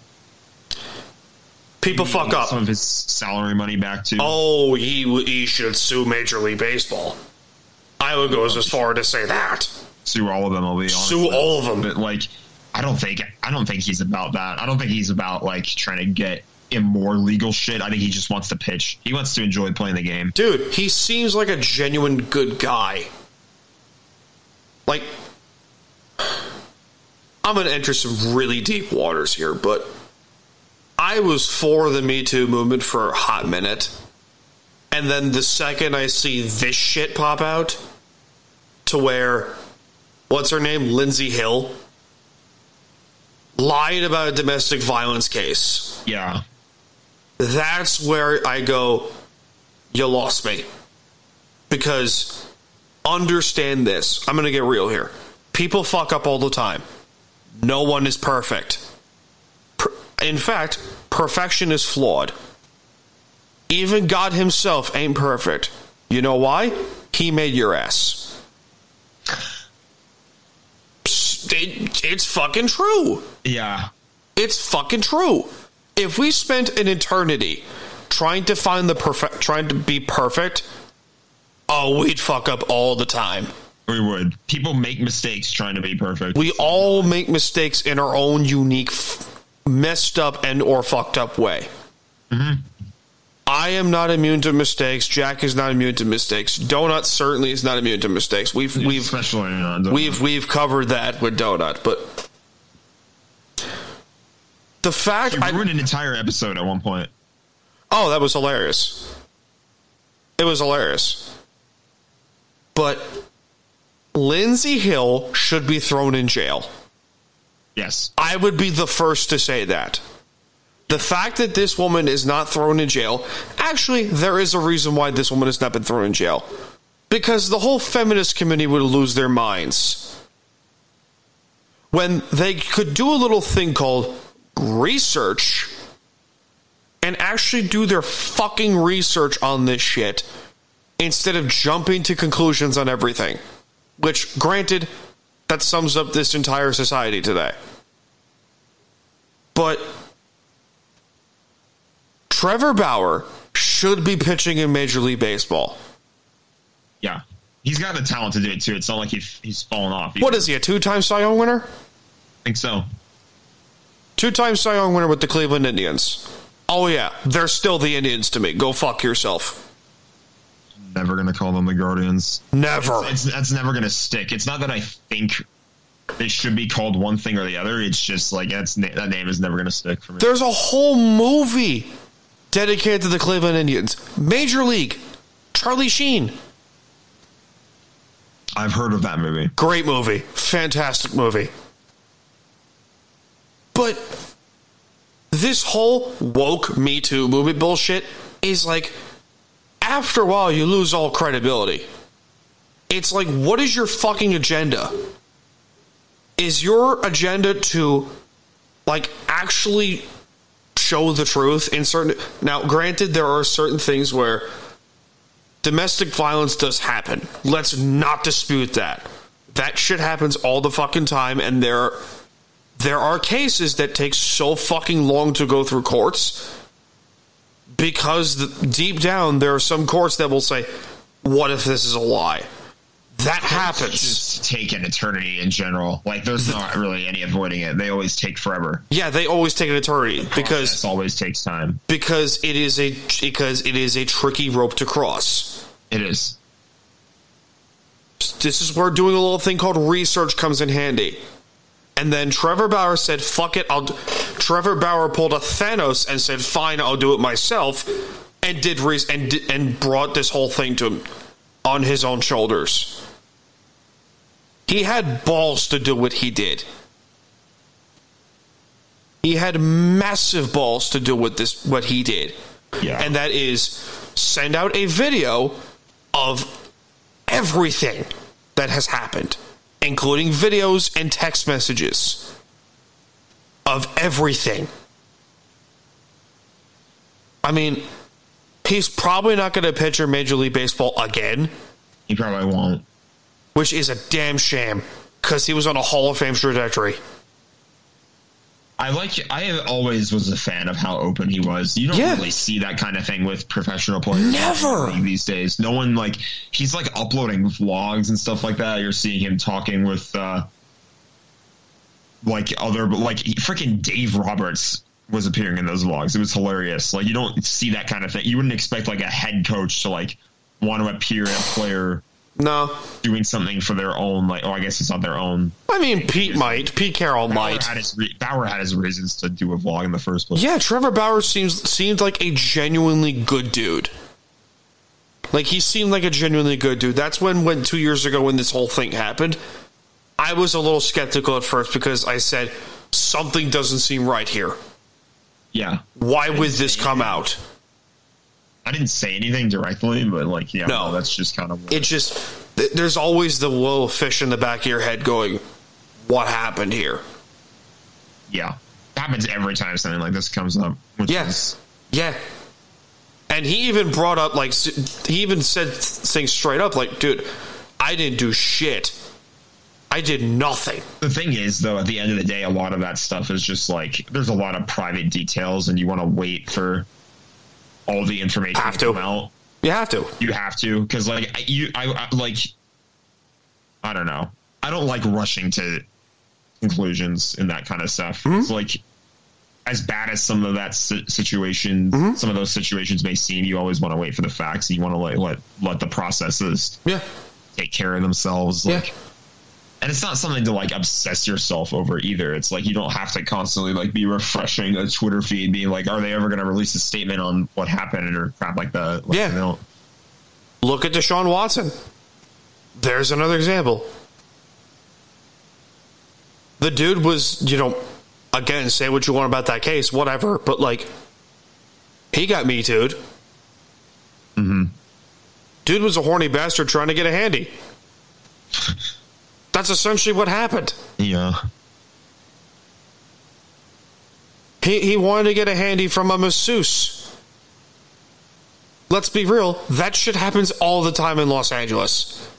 People fuck Some up. of his salary money back too. Oh, he he should sue Major League Baseball. I would go as far to say that. Sue all of them. I'll be honest. Sue all of them. But like, I don't think I don't think he's about that. I don't think he's about like trying to get in more legal shit. I think he just wants to pitch. He wants to enjoy playing the game. Dude, he seems like a genuine good guy. Like, I'm going to enter some really deep waters here, but I was for the Me Too movement for a hot minute. And then the second I see this shit pop out, to where, what's her name? Lindsay Hill lied about a domestic violence case Yeah. that's where I go, you lost me. Because understand this. I'm going to get real here. People fuck up all the time. No one is perfect. Per- In fact, perfection is flawed. Even God Himself ain't perfect. You know why? He made your ass. Psst, it- it's fucking true. Yeah. It's fucking true. If we spent an eternity trying to find the perfect, trying to be perfect, oh, we'd fuck up all the time. We would. People make mistakes trying to be perfect. We all make mistakes in our own unique, f- messed up and or fucked up way. I am not immune to mistakes. Jack is not immune to mistakes. Donut certainly is not immune to mistakes. We've we've especially on we've we've covered that with Donut, but the fact You I, ruined an entire episode at one point. oh that was hilarious. It was hilarious, but Lindsey Hill should be thrown in jail. Yes. I would be the first to say that. The fact that this woman is not thrown in jail, actually, there is a reason why this woman has not been thrown in jail. Because the whole feminist committee would lose their minds. When they could do a little thing called research and actually do their fucking research on this shit instead of jumping to conclusions on everything. Which, granted, that sums up this entire society today. But Trevor Bauer should be pitching in Major League Baseball. Yeah. He's got the talent to do it too. It's not like he, he's fallen off. What is he, a two time Cy Young winner? I think so. Two time Cy Young winner with the Cleveland Indians. Oh, yeah, they're still the Indians to me. Go fuck yourself. Never gonna call them the Guardians. Never. It's, that's never gonna stick. It's not that I think they should be called one thing or the other. It's just like that's na- that name is never gonna stick for me. There's a whole movie dedicated to the Cleveland Indians. Major League. Charlie Sheen. I've heard of that movie. Great movie. Fantastic movie. But this whole woke Me Too movie bullshit is like, after a while, you lose all credibility. It's like, what is your fucking agenda? Is your agenda to, like, actually show the truth in certain. Now, granted, there are certain things where domestic violence does happen. Let's not dispute that. That shit happens all the fucking time, and there there are cases that take so fucking long to go through courts because the, deep down there are some courts that will say, "What if this is a lie?" That happens. Just take an eternity in general. Like there's not really any avoiding it. They always take forever. Yeah, they always take an attorney because Process always takes time. because it is a because it is a tricky rope to cross. It is. this is where doing a little thing called research comes in handy. And then Trevor Bauer said, "Fuck it, I'll." d-" Trevor Bauer pulled a Thanos and said, "Fine, I'll do it myself," and did re- and di- and brought this whole thing to him on his own shoulders. He had balls to do what he did. He had massive balls to do what this what he did. Yeah. And that is send out a video of everything that has happened, including videos and text messages of everything. I mean, he's probably not going to pitch in Major League Baseball again, You probably won't. which is a damn shame because he was on a Hall of Fame trajectory. I like. I always was a fan of how open he was. You don't Yeah. really see that kind of thing with professional players Never. these days. No one like he's like uploading vlogs and stuff like that. You're seeing him talking with uh like other like he- freaking Dave Roberts was appearing in those vlogs. It was hilarious. Like you don't see that kind of thing. You wouldn't expect like a head coach to like want to appear at a player No. doing something for their own. Like oh, I guess it's not their own. I mean, Pete might. Pete Carroll Bauer might. had his re- Bauer had his reasons to do a vlog in the first place. Yeah, Trevor Bauer seems seemed like a genuinely good dude. Like he seemed like a genuinely good dude. That's when when two years ago when this whole thing happened, I was a little skeptical at first because I said something doesn't seem right here. Yeah. Why would this come out? I didn't say anything directly, but like, yeah, No. no, that's just kind of It just th- there's always the little fish in the back of your head going, "What happened here?" yeah. Happens every time something like this comes up. Which Yes. is- Yeah. And he even brought up like s- he even said th- things straight up like, dude, I didn't do shit. I did nothing. The thing is, though, at the end of the day, a lot of that stuff is just like there's a lot of private details, and you want to wait for all the information Have come to. out. You have to. You have to, because like I- you, I, I like. I don't know. I don't like rushing to conclusions and that kind of stuff. Mm-hmm. It's like as bad as some of that si- situation, Mm-hmm. some of those situations may seem. You always want to wait for the facts, and you want to like let let the processes Yeah. take care of themselves. Like, Yeah. and it's not something to like obsess yourself over either. It's like you don't have to constantly like be refreshing a Twitter feed, being like, "Are they ever going to release a statement on what happened?" or crap like that. Like, Yeah. you know, Look at Deshaun Watson. There's another example. The dude was, you know, again, say what you want about that case, whatever, but like, he got me too'd. Mm-hmm. Dude was a horny bastard trying to get a handy. That's essentially what happened. yeah, He, he wanted to get a handy from a masseuse. Let's be real, that shit happens all the time in Los Angeles.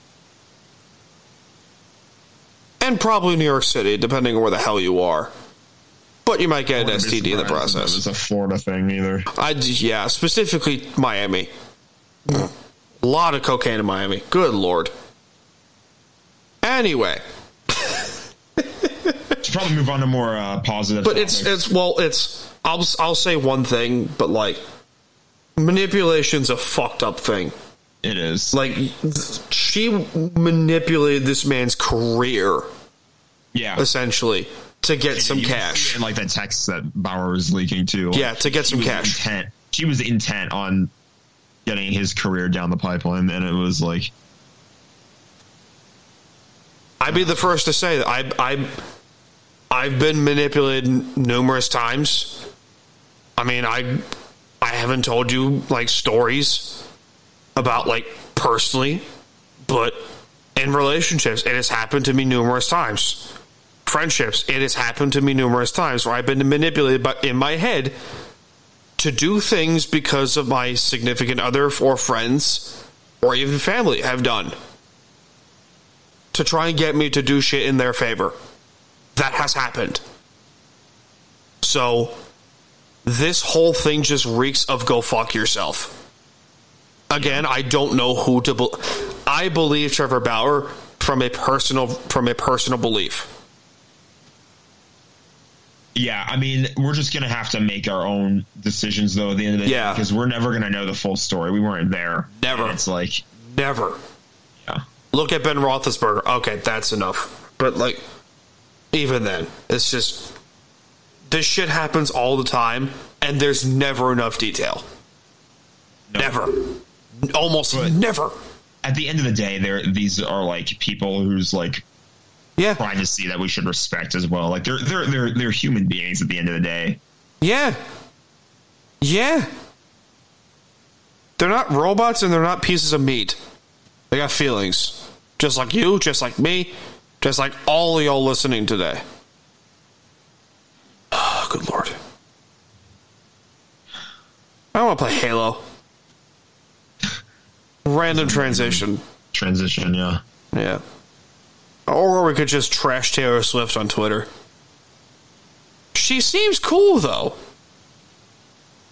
And probably New York City, depending on where the hell you are. But you might get an STD in the It's process. a Florida thing, either. I, yeah, specifically Miami. A lot of cocaine in Miami. Good lord. Anyway, Should probably move on to more uh, positive. But it's topics. it's well, it's I'll I'll say one thing, but like manipulation's a fucked up thing. it is Like she manipulated this man's career yeah. essentially to get some You can see it cash. in, like the text that Bauer was leaking to. Like, Yeah, to get she some was cash. Intent, she was intent on getting his career down the pipeline, and it was like, I'd be the first to say that I I I've been manipulated numerous times. I mean, I I haven't told you like stories about like personally, but in relationships, it has happened to me numerous times. Friendships, it has happened to me numerous times where I've been manipulated by, in my head to do things because of my significant other or friends or even family have done to try and get me to do shit in their favor. That has happened. So, this whole thing just reeks of go fuck yourself. Again, I don't know who to. Be- I believe Trevor Bauer from a personal from a personal belief. yeah. I mean, we're just gonna have to make our own decisions though at the end of the Yeah. because we're never gonna know the full story. We weren't there. Never. And it's like, Never yeah, look at Ben Roethlisberger. Okay, that's enough. But like, even then, it's just this shit happens all the time, and there's never enough detail. Never, almost never. At the end of the day, there these are like people whose like Yeah, privacy that we should respect as well. Like they're they're they're they're human beings at the end of the day. yeah, yeah. They're not robots, and they're not pieces of meat. They got feelings, just like you, just like me, just like all y'all listening today. Oh, good lord! I want to play Halo. Random transition, Transition, yeah. yeah. Or we could just trash Taylor Swift on Twitter. She seems cool though.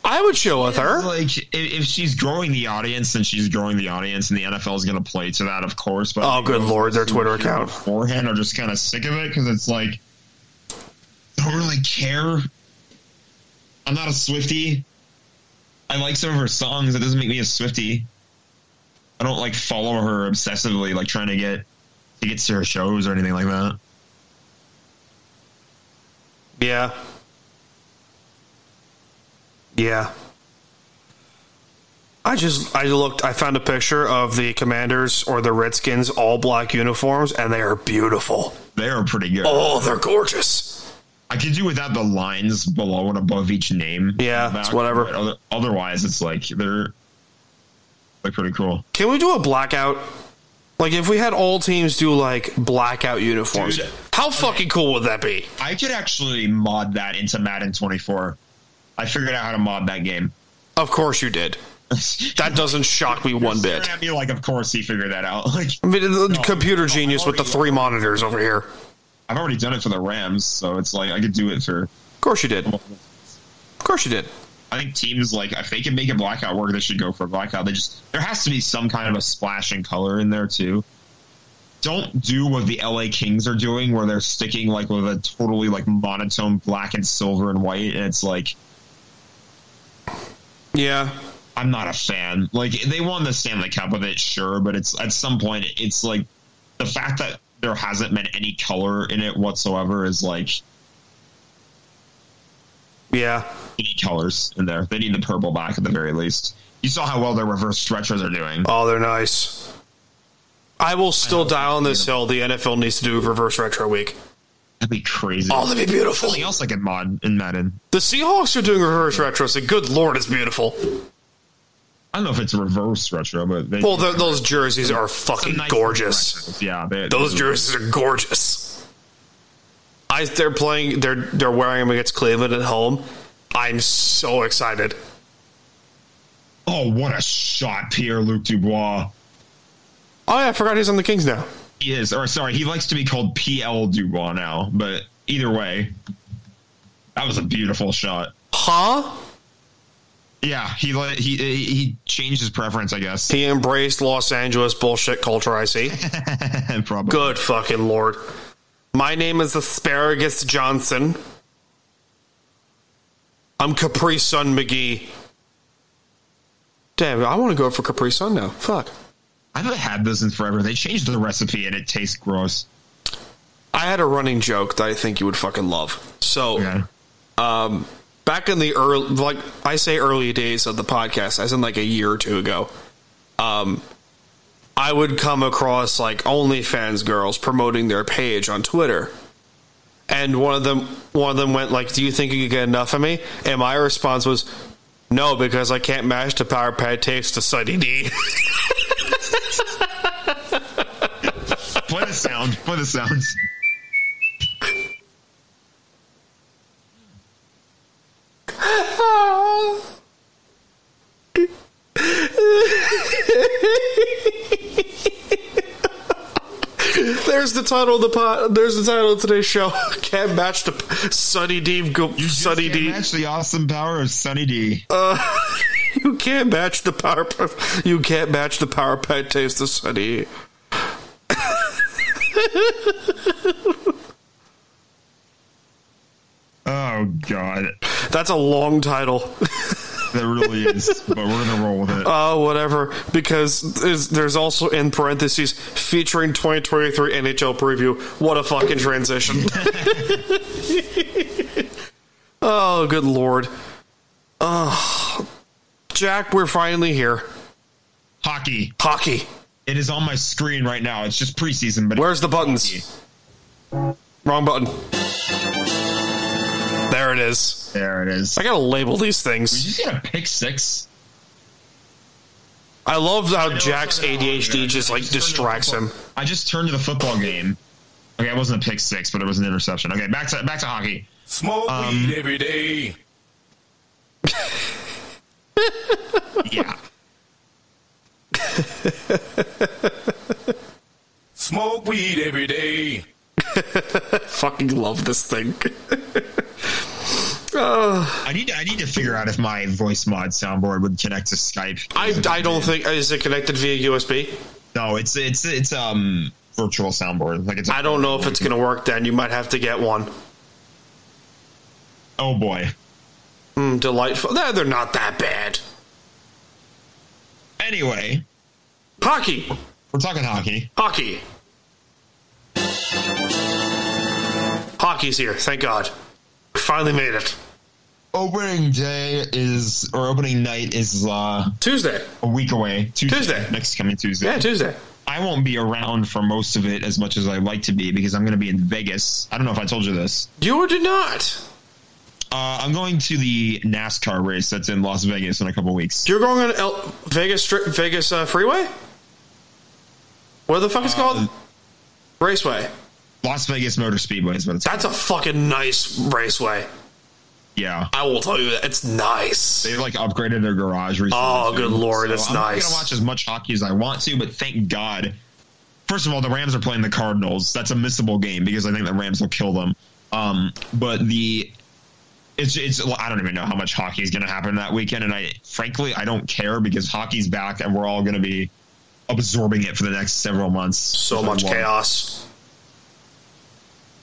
I would chill with her. Like if, if she's growing the audience, then she's growing the audience, and the NFL is going to play to that, of course. But Oh, good lord, their Twitter account. beforehand, are just kind of sick of it because it's like don't really care. I'm not a Swifty. I like some of her songs. It doesn't make me a Swifty. I don't like follow her obsessively, like trying to get tickets to her shows or anything like that. Yeah. Yeah. I just I looked I found a picture of the commanders or the Redskins all black uniforms and they are beautiful. They are pretty good. Oh, they're gorgeous. I could do without the lines below and above each name. Yeah, Back, it's whatever. but other- otherwise, it's like they're like pretty cool. Can we do a blackout? Like if we had all teams do like blackout uniforms. Dude. how fucking cool would that be? I could actually mod that into Madden 24. I figured out how to mod that game. Of course you did. That doesn't shock me one bit. At me like, of course he figured that out. Like, I mean, the computer genius with the three monitors over here. Of I've already done it for the Rams, so it's like I could do it for. course you did. Of course you did. I think teams like if they can make a blackout work, they should go for a blackout. They just there has to be some kind of a splash in color in there too. Don't do what the LA Kings are doing, where they're sticking like with a totally like monotone black and silver and white, and it's like Yeah. I'm not a fan. Like they won the Stanley Cup with it, sure, but it's at some point it's like the fact that there hasn't been any color in it whatsoever is like Yeah. any colors in there. They need the purple back at the very least. You saw how well their reverse retros are doing. Oh, they're nice. I will still die on this hill. The NFL needs to do reverse retro week. That'd be crazy. Oh, that'd be beautiful. Something else I could mod in Madden. The Seahawks are doing reverse retro. So good lord, it's beautiful. I don't know if it's a reverse retro, but they, Well, th those jerseys are fucking nice gorgeous. retros, Yeah, they, Those jerseys are gorgeous. I they're playing. They're they're wearing them against Cleveland at home. I'm so excited. Oh, what a shot, Pierre Luc Dubois. Oh yeah, I forgot he's on the Kings now. He is, or sorry, he likes to be called PL Dubois now. But either way, that was a beautiful shot. Huh? Yeah, he li- he he he changed his preference, I guess. He embraced Los Angeles bullshit culture. I see. Probably. Good fucking lord. My name is Asparagus Johnson. I'm Capri Sun McGee. Damn, I want to go for Capri Sun now. Fuck. I haven't had this in forever. They changed the recipe and it tastes gross. I had a running joke that I think you would fucking love. So, Okay. um, back in the early, like I say, early days of the podcast, as in like a year or two ago, um, I would come across like OnlyFans girls promoting their page on Twitter, and one of them, one of them went like, "Do you think you could get enough of me?" And my response was, "No, because I can't match the power pad tapes to Sunny D." Play the sound. Play the sounds. There's the title of the pot. There's the title of today's show. Can't match the Sunny D. Go, Sunny Can't D. Match the awesome power of Sunny D. You can't match the power. You can't match the power pet taste of Sunny. oh God, That's a long title. that really is. but we're gonna roll with it. Uh, whatever. Because there's, there's also in parentheses featuring 2023 NHL preview. What a fucking transition. oh, good lord. Oh, Jack, we're finally here. Hockey. Hockey. It is on my screen right now. It's just preseason, but Where's the buttons? Wrong button. There it is. there it is. I gotta label these things. Did you get a pick six? I love how I know Jack's it's not ADHD on, just I like turned to the distracts football- him. I just turned to the football game. Okay, it wasn't a pick six, but it was an interception. Okay, back to back to hockey. Um, Smoke weed every day. Yeah. Smoke weed every day. Fucking love this thing. I need to, I need to figure out if my voice mod soundboard would connect to Skype. I, I don't think is it connected via USB. No, it's it's it's um virtual soundboard. Like it's I don't know if it's gonna work. Then you might have to get one. Oh boy. Mm, delightful. Nah, they're not that bad. Anyway, Hockey, we're talking hockey. hockey, hockey's here. Thank God, we finally made it. Opening day is or opening night is uh Tuesday, a week away. Tuesday, Tuesday. next coming Tuesday. yeah, Tuesday. I won't be around for most of it as much as I would like to be because I'm going to be in Vegas. I don't know if I told you this. You did not. Uh, I'm going to the NASCAR race that's in Las Vegas in a couple weeks. You're going on El- Vegas Stri- Vegas uh, Freeway. What the fuck is it called? Raceway. Las Vegas Motor Speedway is what it's. That's a fucking nice raceway. Yeah. I will tell you that it's nice. They like upgraded their garage recently. Oh, too. good lord, that's I'm not nice. gonna watch as much hockey as I want to, but thank God. First of all, the Rams are playing the Cardinals. That's a missable game because I think the Rams will kill them. Um, but the it's it's I don't even know how much hockey is going to happen that weekend, and I frankly I don't care because hockey's back and we're all going to be absorbing it for the next several months. So Which I much love. chaos.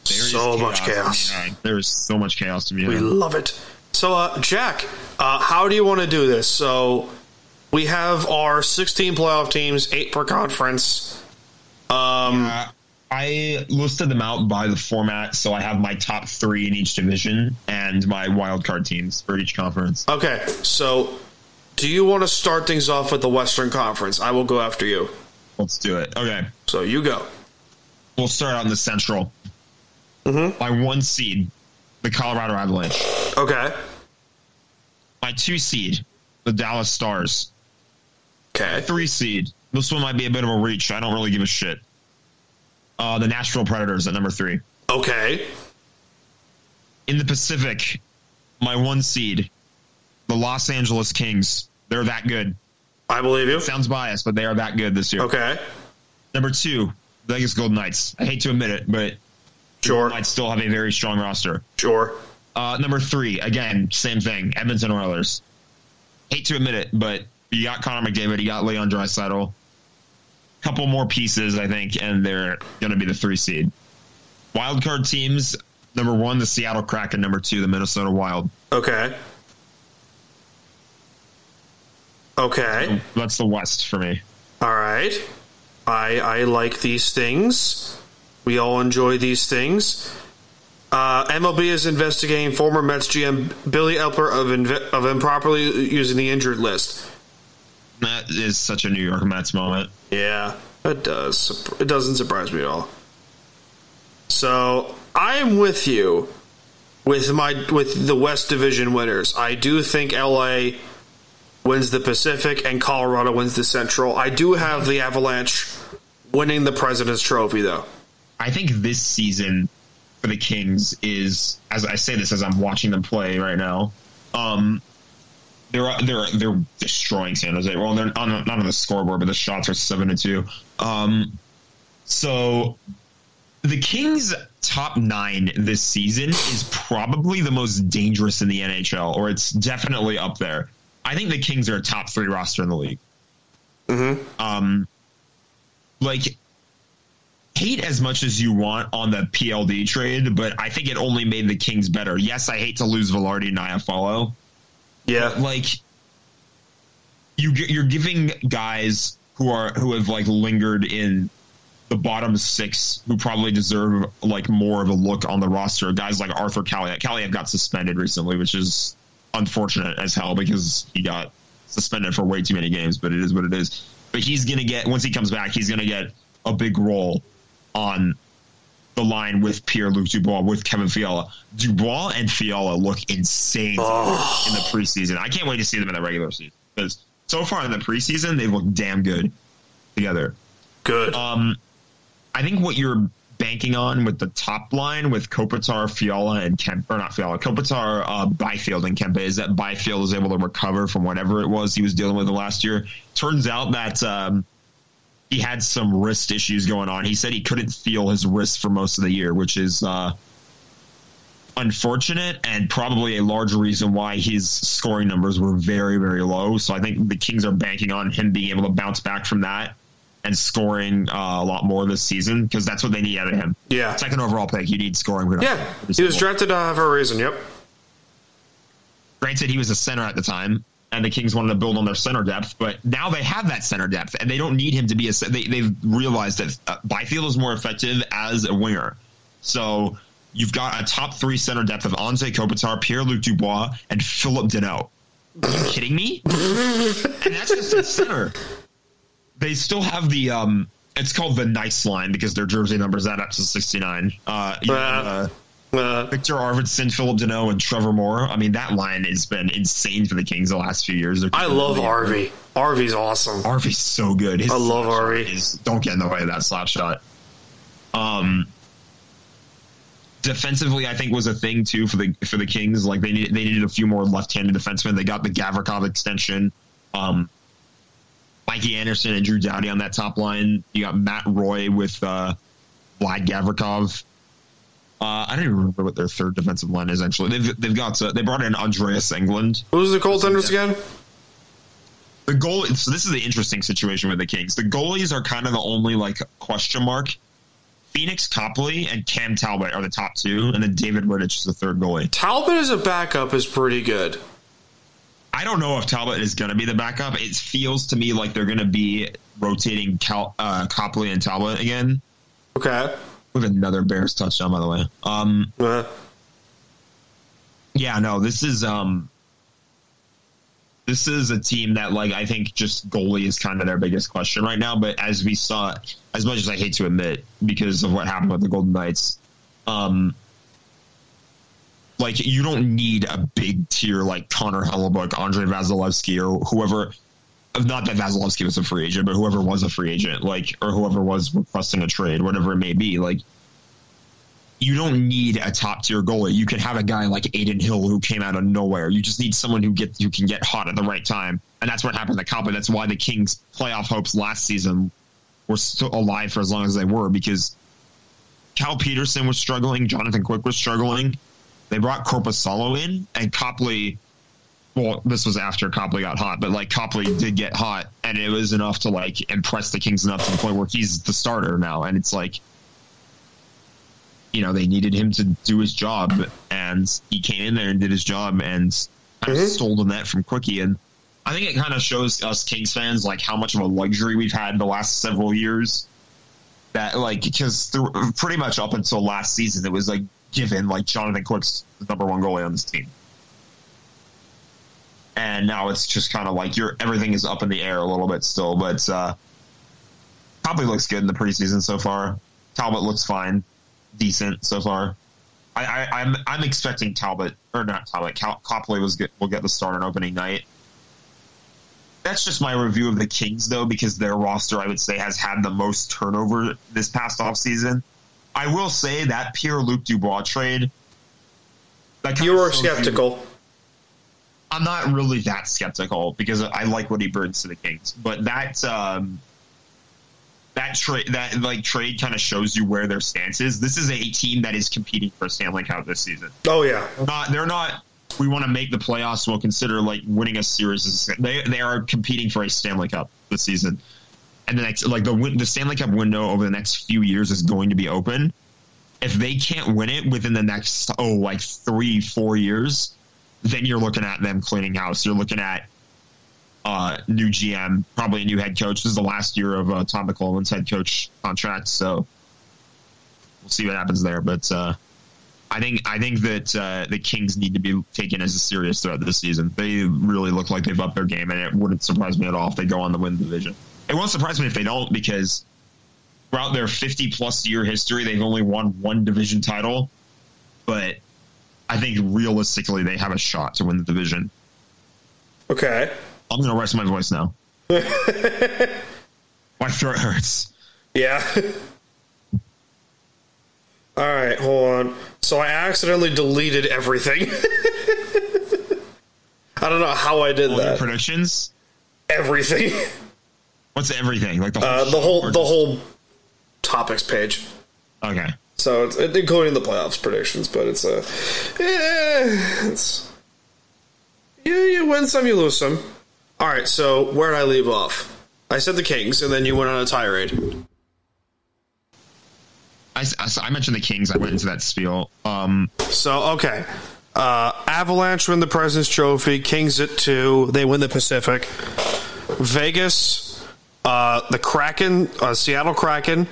There is so much to chaos. be had. There is so much chaos to be. We had. love it. So, uh, Jack, uh, how do you want to do this? So, we have our 16 playoff teams, eight per conference. Um, Uh, I listed them out by the format, so I have my top three in each division and my wild card teams for each conference. Okay, so do you want to start things off with the Western Conference? I will go after you. Let's do it. Okay, So, you go. we'll start out in the Central. My one seed, the Colorado Avalanche. Okay. My two seed, the Dallas Stars. Okay. Three seed. This one might be a bit of a reach. I don't really give a shit. Uh, the Nashville Predators at number three. Okay. in the Pacific, my one seed, the Los Angeles Kings. They're that good. I believe you. Sounds biased, but they are that good this year. Okay. Number two, Vegas Golden Knights. I hate to admit it, but Sure. I'd still have a very strong roster. Sure. Uh, number three, again, same thing. Edmonton Oilers. Hate to admit it, but you got Connor McDavid, you got Leon Drysaddle. Couple more pieces, I think, and they're going to be the three seed. Wild card teams: number one, the Seattle Kraken; number two, the Minnesota Wild. Okay. Okay. That's the West for me. All right. I I like these things. We all enjoy these things. Uh, MLB is investigating former Mets GM Billy Epler of inve- of improperly using the injured list. That is such a New York Mets moment. Yeah, it does. It doesn't surprise me at all. So I am with you with my with the West Division winners. I do think LA wins the Pacific and Colorado wins the Central. I do have the Avalanche winning the President's Trophy though. I think this season for the Kings is, as I say this as I'm watching them play right now, um, they're they're they're destroying San Jose. Well, they're on, not on the scoreboard, but the shots are seven to two. Um, so the Kings' top nine this season is probably the most dangerous in the NHL, or it's definitely up there. I think the Kings are a top three roster in the league. Um, like hate as much as you want on the PLD trade, but I think it only made the Kings better. Yes, I hate to lose Velarde and Iafallo, but Yeah. like you gi- you're giving guys who are who have like lingered in the bottom six who probably deserve like more of a look on the roster. Guys like Arthur Kaliev. Kaliev got suspended recently, which is unfortunate as hell because he got suspended for way too many games. But it is what it is. But he's gonna get once he comes back, he's gonna get a big role on the line with Pierre Luc Dubois with Kevin Fiala. Dubois and Fiala look insane Oh. in the preseason. I can't wait to see them in the regular season because so far in the preseason they've looked damn good together. Good. Um, I think what you're banking on with the top line with Kopitar, Fiala, and Kemp, or not Fiala, Kopitar, uh, Byfield, and Kempe is that Byfield is able to recover from whatever it was he was dealing with the last year. Turns out that um, he had some wrist issues going on. He said he couldn't feel his wrist for most of the year, which is. Uh, Unfortunate and probably a large reason why his scoring numbers were very, very low. So I think the Kings are banking on him being able to bounce back from that and scoring uh, a lot more this season because that's what they need out of him. Yeah. Second overall pick, you need scoring. production. Yeah. He was drafted uh, for a reason. Yep. Granted, he was a center at the time, and the Kings wanted to build on their center depth, but now they have that center depth, and they don't need him to be a. ce- They, they've realized that uh, Byfield is more effective as a winger. So you've got a top three center depth of Anze Kopitar, Pierre Luc Dubois, and Philip Deneau. Are you kidding me? and that's just the center. They still have the um. It's called the nice line because their jersey numbers add up to sixty nine. Uh, you know, Uh. uh, Uh, Victor Arvidsson, Philip Deneau, and Trevor Moore. I mean, that line has been insane for the Kings the last few years. They're I love really- RV. RV's awesome. Arvi's so good. His I love slap shot Arvi. Is, don't get in the way of that slap shot. Um, De- defensively, I think was a thing too for the for the Kings. Like they needed they needed a few more left-handed defensemen. They got the Gavrikov extension. Um, Mikey Anderson and Drew Dowdy on that top line. You got Matt Roy with uh, Vlad Gavrikov. Uh, I don't even remember what their third defensive line is. Actually, they've they've got uh, they brought in Andreas England. Who's the goaltenders again? The goal. So this is the interesting situation with the Kings. The goalies are kind of the only like question mark. Phoenix Copley and Cam Talbot are the top two, and then David Riddich is the third goalie. Talbot as a backup is pretty good. I don't know if Talbot is going to be the backup. It feels to me like they're going to be rotating Cal, uh, Copley and Talbot again. Okay. With another Bears touchdown, by the way. Um, Uh, yeah, no, this is um, this is a team that like I think just goalie is kind of their biggest question right now. But as we saw, as much as I hate to admit because of what happened with the Golden Knights, um, like you don't need a big tier like Connor Hellebuck, Andre Vasilevsky, or whoever. Not that Vasilevsky was a free agent, but whoever was a free agent, like or whoever was requesting a trade, whatever it may be, like you don't need a top tier goalie. You can have a guy like Aiden Hill who came out of nowhere. You just need someone who gets who can get hot at the right time, and that's what happened to Copley. That's why the Kings' playoff hopes last season were still alive for as long as they were because Cal Peterson was struggling, Jonathan Quick was struggling. They brought Corpusalo in, and Copley. Well, this was after Copley got hot, but like Copley did get hot, and it was enough to like impress the Kings enough to the point where he's the starter now, and it's like you know, they needed him to do his job, and he came in there and did his job and kind of stole the net from Quickie. And I think it kind of shows us Kings fans like how much of a luxury we've had the last several years. That like because pretty much up until last season, it was like given like Jonathan Quick's the number one goalie on this team, and now it's just kind of like you're everything is up in the air a little bit still, but uh, probably looks good in the preseason so far. Talbot looks fine decent so far. I, I, I'm I'm expecting Talbot or not Talbot. Cal, Copley was get, will get the start on opening night. That's just my review of the Kings, though, because their roster I would say has had the most turnover this past offseason. I will say that Pierre Luc Dubois trade. That kinda you were shows you- skeptical. I'm not really that skeptical because I like what he brings to the Kings, but that um, that trade that like trade kind of shows you where their stance is. This is a team that is competing for a Stanley Cup this season. Oh yeah. Not they're not. We want to make the playoffs. We'll consider like winning a series. as- They they are competing for a Stanley Cup this season, and the next like the win- the Stanley Cup window over the next few years is going to be open. If they can't win it within the next oh like three four years, then you're looking at them cleaning house. You're looking at uh, new GM, probably a new head coach. This is the last year of uh, Tom McClellan's head coach contract, so we'll see what happens there. But uh, I think I think that uh, the Kings need to be taken as a serious threat this season. They really look like they've upped their game, and it wouldn't surprise me at all if they go on to win the division. It won't surprise me if they don't because throughout their 50 plus year history, they've only won one division title. But I think realistically, they have a shot to win the division. Okay. I'm going to rest my voice now. my throat hurts. Yeah. All right, hold on. So I accidentally deleted everything. I don't know how I did All your that. predictions? Everything. What's everything? Like the whole, Uh, the shit whole or the just- whole topics page. Okay. So it's it- including the playoffs predictions, but it's a yeah, it's you you win some, you lose some. All right, so where did I leave off? I said the Kings, and then you went on a tirade. I, s- I s- I mentioned the Kings. I went into that spiel. Um, So okay, Uh, Avalanche win the President's Trophy. Kings at two. They win the Pacific. Vegas, uh, the Kraken, uh, Seattle Kraken,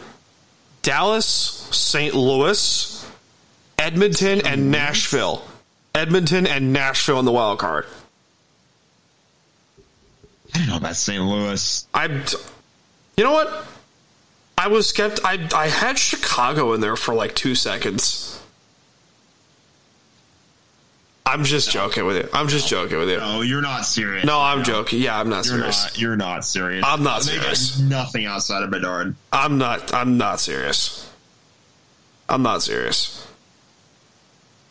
Dallas, St. Louis, Edmonton, and Nashville. Edmonton and Nashville in the wild card. I don't know about St. Louis. I you know what? I was kept. I I had Chicago in there for like two seconds. I'm just joking with you. I'm just joking with you. Oh, you're not serious. No, I'm joking. Yeah, I'm not you're serious. not. You're not serious. I'm not They got serious. nothing outside of Bedard. I'm not. I'm not serious. I'm not serious.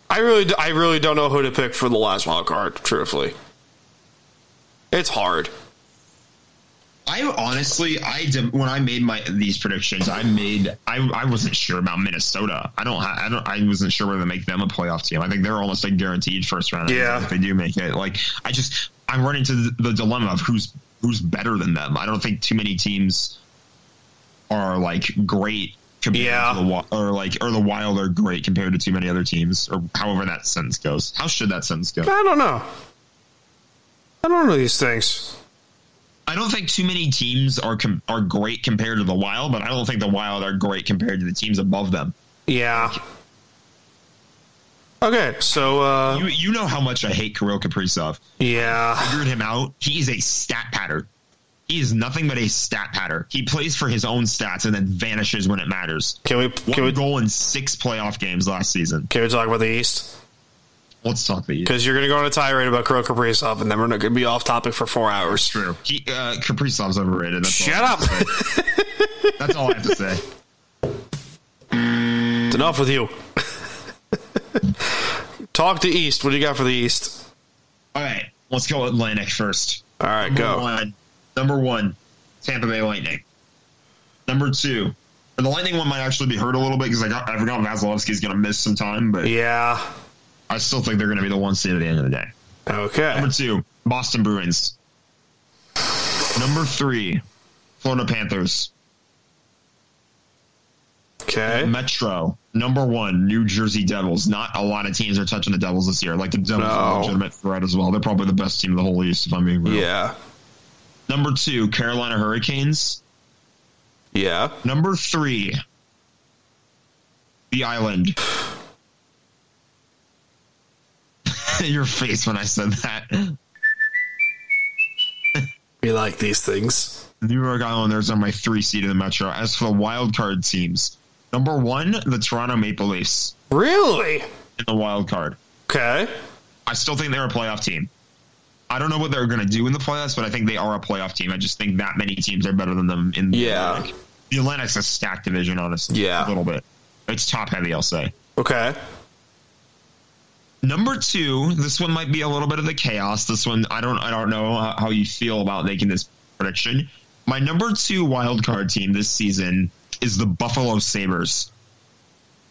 I really, I really don't know who to pick for the last wild card. Truthfully, it's hard. I honestly, I did, when I made my these predictions, I made I, I wasn't sure about Minnesota. I don't ha- I don't I wasn't sure whether to make them a playoff team. I think they're almost like guaranteed first round. Yeah. if they do make it, like I just I run into the, the dilemma of who's who's better than them. I don't think too many teams are like great compared Yeah. to the Wi- or like or the Wild are great compared to too many other teams or however that sentence goes. How should that sentence go? I don't know. I don't know these things. I don't think too many teams are com- are great compared to the Wild, but I don't think the Wild are great compared to the teams above them. Yeah. Okay, so uh, You you know how much I hate Kirill Kaprizov. yeah, Figured him out. He is a stat patter. He is nothing but a stat patter. He plays for his own stats and then vanishes when it matters. Can we One can we goal in six playoff games last season. can we talk about the East? Let's talk the Because you're going to go on a tirade about Kirill Kaprizov, and then we're going to be off topic for four hours. True. He uh, Kaprizov's overrated. That's Shut all I have up! to say. That's all I have to say. It's enough with you. Talk to East. What do you got for the East? All right, let's go Atlantic first. All right, Number go. One, number one, Tampa Bay Lightning. Number two, and the Lightning one might actually be hurt a little bit because I got I forgot Vasilevsky's going to miss some time, but Yeah. I still think they're going to be the one seed at the end of the day. Okay. Number two, Boston Bruins. Number three, Florida Panthers. Okay. Metro. Number one, New Jersey Devils. Not a lot of teams are touching the Devils this year. Like the Devils are No. a legitimate threat as well. They're probably the best team of the whole East, if I'm being real. Yeah. Number two, Carolina Hurricanes. Yeah. Number three, the island. Your face when I said that. We like these things. New York Islanders are my three seed in the Metro. As for the wild card teams, number one, the Toronto Maple Leafs Really? in the wild card. Okay. I still think they're a playoff team. I don't know what they're going to do in the playoffs, but I think they are a playoff team. I just think that many teams are better than them in the Yeah. Atlantic. The Atlantic's a stacked division, honestly. Yeah. A little bit. It's top heavy, I'll say. Okay. Number two, this one might be a little bit of the chaos. This one, I don't, I don't know how- how you feel about making this prediction. My number two wild card team this season is the Buffalo Sabers.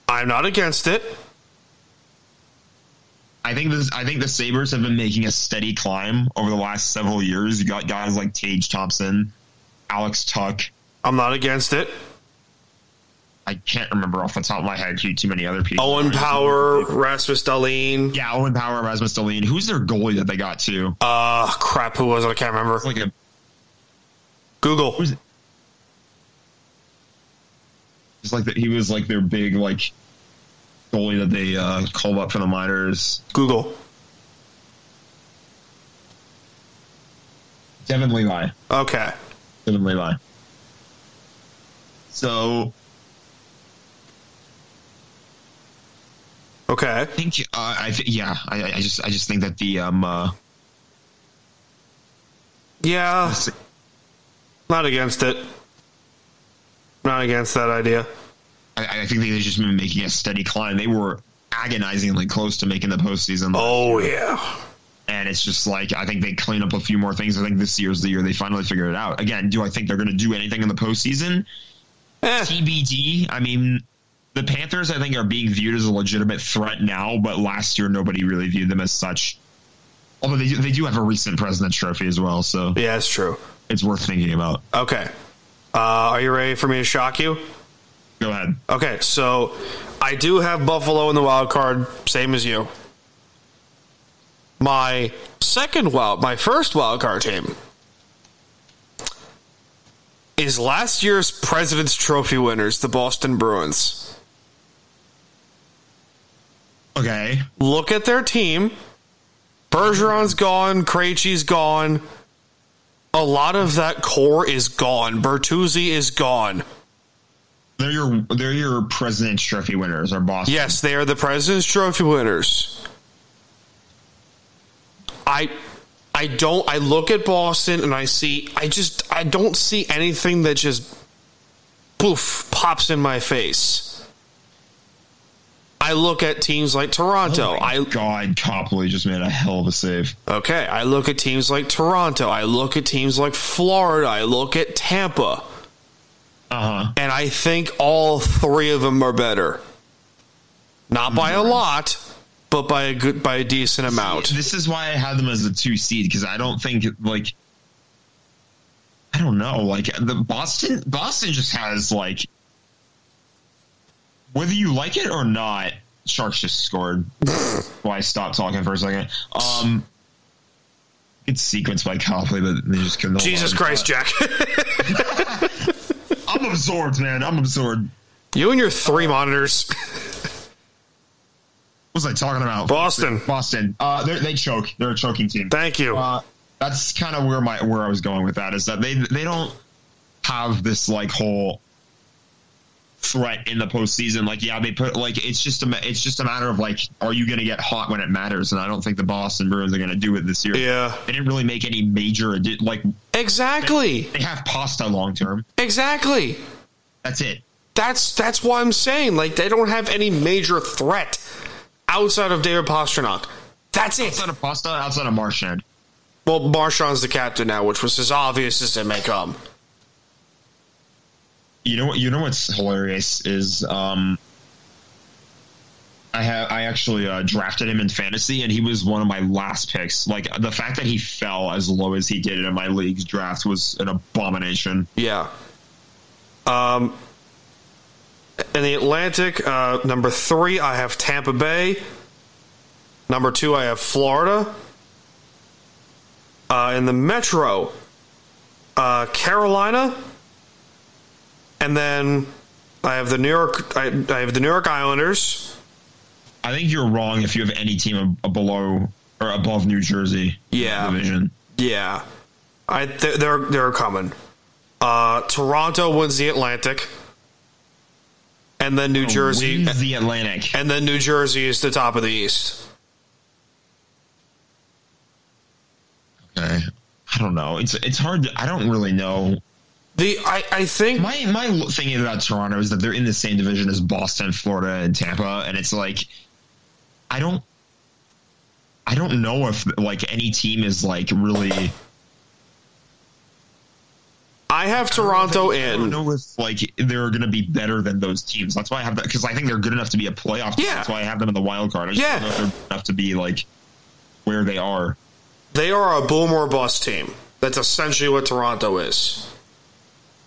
I'm not against it. I think this, I think the Sabers have been making a steady climb over the last several years. You got guys like Tage Thompson, Alex Tuck. I'm not against it. I can't remember off the top of my head who too many other people. Owen Power, Rasmus Dahlin. Yeah, Owen Power, Rasmus Dahlin. Who's their goalie that they got too? Uh, crap. Who was it? I can't remember. Like a Google. Who's it? It's like that he was like their big like goalie that they uh, called up for the minors. Google. Devin Levi. Okay. Devin Levi. So Okay. I think uh, I th- yeah I, I just I just think that the um uh, Yeah. s- Not against it. Not against that idea. I, I think they've just been making a steady climb. They were agonizingly close to making the postseason. Oh yeah. and it's just like I think they clean up a few more things. I think this year's the year they finally figure it out. Again, do I think they're going to do anything in the postseason? Eh. TBD. I mean, the Panthers I think are being viewed as a legitimate threat now, but last year nobody really viewed them as such. Although they do, they do have a recent President's Trophy as well, so Yeah, it's true. it's worth thinking about. Okay. Uh, are you ready for me to shock you? Go ahead. Okay, so I do have Buffalo in the wild card, same as you. My second wild, my first wild card team is last year's President's Trophy winners, the Boston Bruins. Okay. Look at their team. Bergeron's gone, Krejci's gone. A lot of that core is gone. Bertuzzi is gone. They're your they're your President's Trophy winners or Boston. Yes, they are the President's Trophy winners. I I don't I look at Boston and I see I just I don't see anything that just poof pops in my face. I look at teams like Toronto. I Oh God, Copley just made a hell of a save. Okay, I look at teams like Toronto. I look at teams like Florida. I look at Tampa. Uh huh. And I think all three of them are better. Not by a lot, but by a good by a decent amount. This is why I had them as a two seed because I don't think like I don't know like the Boston Boston just has like whether you like it or not. Sharks just scored. Why I stopped talking for a second? Um, it's sequenced by Copley, but they just couldn't. hold Jesus on. Christ, Jack. I'm absorbed, man. I'm absorbed. you and your three monitors. What was I talking about? Boston. Boston. Uh, they're- they choke. They're a choking team. Thank you. Uh, that's kind of where my where I was going with that is that they they don't have this like whole threat in the postseason. Like, yeah, they put like it's just a ma- it's just a matter of like, are you going to get hot when it matters? And I don't think the Boston Bruins are going to do it this year. yeah. They didn't really make any major addi- like Exactly. they have pasta long term. Exactly. That's it. That's that's why I'm saying like they don't have any major threat outside of David Pasternak. That's it. Outside of pasta, outside of Marchand. Well, Marshawn's the captain now, which was as obvious as it may come. You know what? You know what's hilarious is um, I have I actually uh, drafted him in fantasy, and he was one of my last picks. Like the fact that he fell as low as he did in my league's draft was an abomination. Yeah. Um, in the Atlantic, uh, number three, I have Tampa Bay. Number two, I have Florida. Uh, in the Metro, uh, Carolina, and then I have the New York. I, I have the New York Islanders. I think you're wrong if you have any team ab- ab- below or above New Jersey. in Yeah. that division. Yeah, I th- they're they're coming. Uh, Toronto wins the Atlantic, and then New Oh, Jersey, wins the Atlantic. and then New Jersey is the top of the East. Okay. I don't know. It's it's hard. To, I don't really know. The I, I think My my l- thing about Toronto is that they're in the same division as Boston, Florida, and Tampa, and it's like I don't I don't know if like any team is like really I I have Toronto don't in. know if like they're going to be better than those teams. That's why I have that because I think they're good enough to be a playoff. team. Yeah. That's why I have them in the wild card. I just Yeah. don't know if they're good enough to be like where they are. They are a boom or bust team. That's essentially what Toronto is.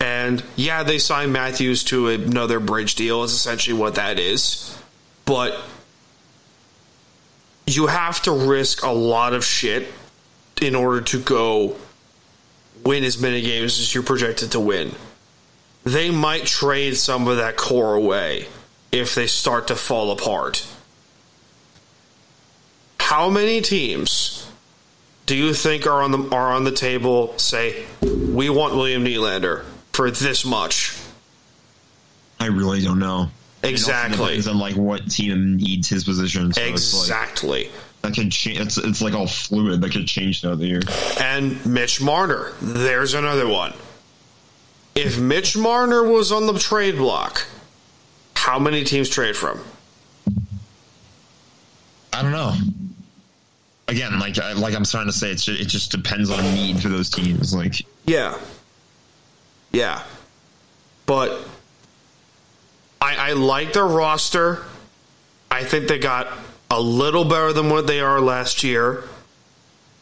And yeah, they signed Matthews to another bridge deal. Is essentially what that is. But you have to risk a lot of shit in order to go win as many games as you're projected to win. They might trade some of that core away if they start to fall apart. How many teams do you think are on the are on the table? Say, we want William Nylander for this much. I really don't know. It also Exactly. depends on like what team needs his position. So It's like, Exactly. that could change. It's it's like all fluid. That could change throughout the year. and Mitch Marner. There's another one. If Mitch Marner was on the trade block, how many teams trade from? I don't know. Again, like I, like I'm trying to say, it's just, it just depends on need for those teams. Like Yeah. Yeah. But I, I like their roster. I think they got a little better than what they are last year.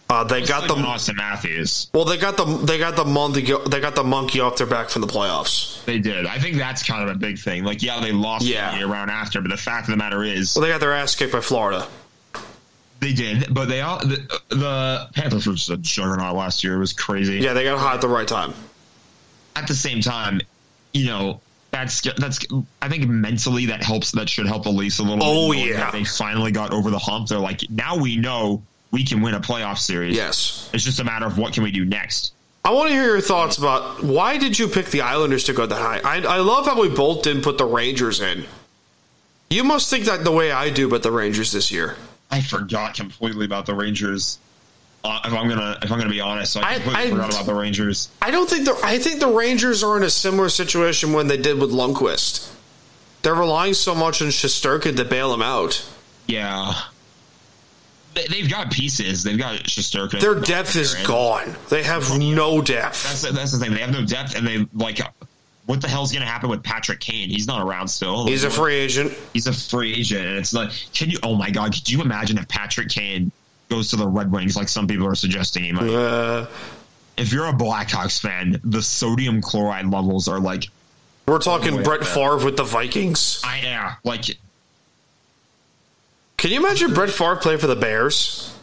Uh, they got like the Austin Matthews, well. They got the they got the monkey they got the monkey off their back from the playoffs. they did. I think that's kind of a big thing. Like, yeah, they lost Yeah. the year round after, but the fact of the matter is, Well, they got their ass kicked by Florida. they did. But they all the, the Panthers were just a juggernaut last year. It was crazy. Yeah, they got hot at the right time. At the same time, you know. That's that's. I think mentally that helps. That should help Elise a little. Oh, knowing yeah. that they finally got over the hump. They're like, now we know we can win a playoff series. Yes. It's just a matter of what can we do next. I want to hear your thoughts about why did you pick the Islanders to go that high? I, I love how we both didn't put the Rangers in. You must think that the way I do about the Rangers this year. I forgot completely about the Rangers. Uh, if I'm gonna, if I'm gonna be honest, I I- completely I- forgot about the Rangers. I don't think the I think the Rangers are in a similar situation when they did with Lundqvist. They're relying so much on Shusterkin to bail them out. Yeah. They, they've got pieces. They've got Shusterkin. Their depth is gone. They have no depth. That's the, that's the thing. They have no depth, and they like. What the hell's going to happen with Patrick Kane? He's not around still. He's a free agent. He's a free agent, and it's like, can you? Oh my god, could you imagine if Patrick Kane goes to the Red Wings like some people are suggesting he might? Uh, If you're a Blackhawks fan, the sodium chloride levels are like, we're talking Wait, Brett uh, Favre with the Vikings. I yeah, like Can you imagine Brett Favre playing for the Bears?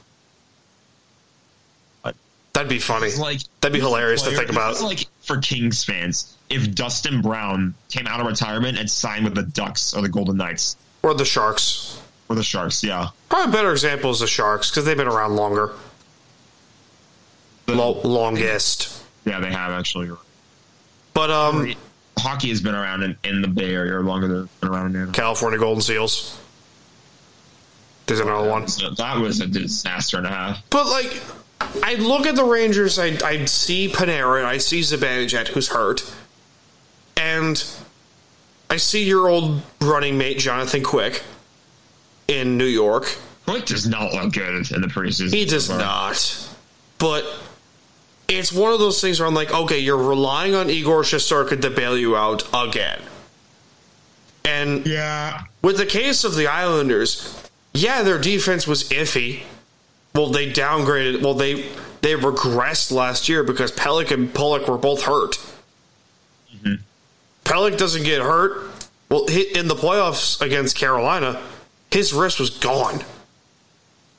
What? That'd be funny. It's like That'd be hilarious to player- think this about. is like for Kings fans, if Dustin Brown came out of retirement and signed with the Ducks or the Golden Knights Or the Sharks. or the Sharks, yeah, Probably a better example is the Sharks because they've been around longer. The- Lo- longest. yeah, they have actually. But um, Hockey has been around in, in the Bay Area longer than it's been around in. California Golden Seals. There's another one. So that was a disaster and a half. But like, I look at the Rangers. I I see Panarin. I see Zibanejad, who's hurt, and I see your old running mate Jonathan Quick in New York. Quick does not look good in the preseason. He does Sorry. not. But it's one of those things where I'm like, okay, you're relying on Igor Shesterkin to bail you out again. And Yeah, with the case of the Islanders, yeah, their defense was iffy. Well, they downgraded. Well, they they regressed last year because Pellick and Pollock were both hurt. Pellick doesn't get hurt. Well, he, in the playoffs against Carolina, his wrist was gone.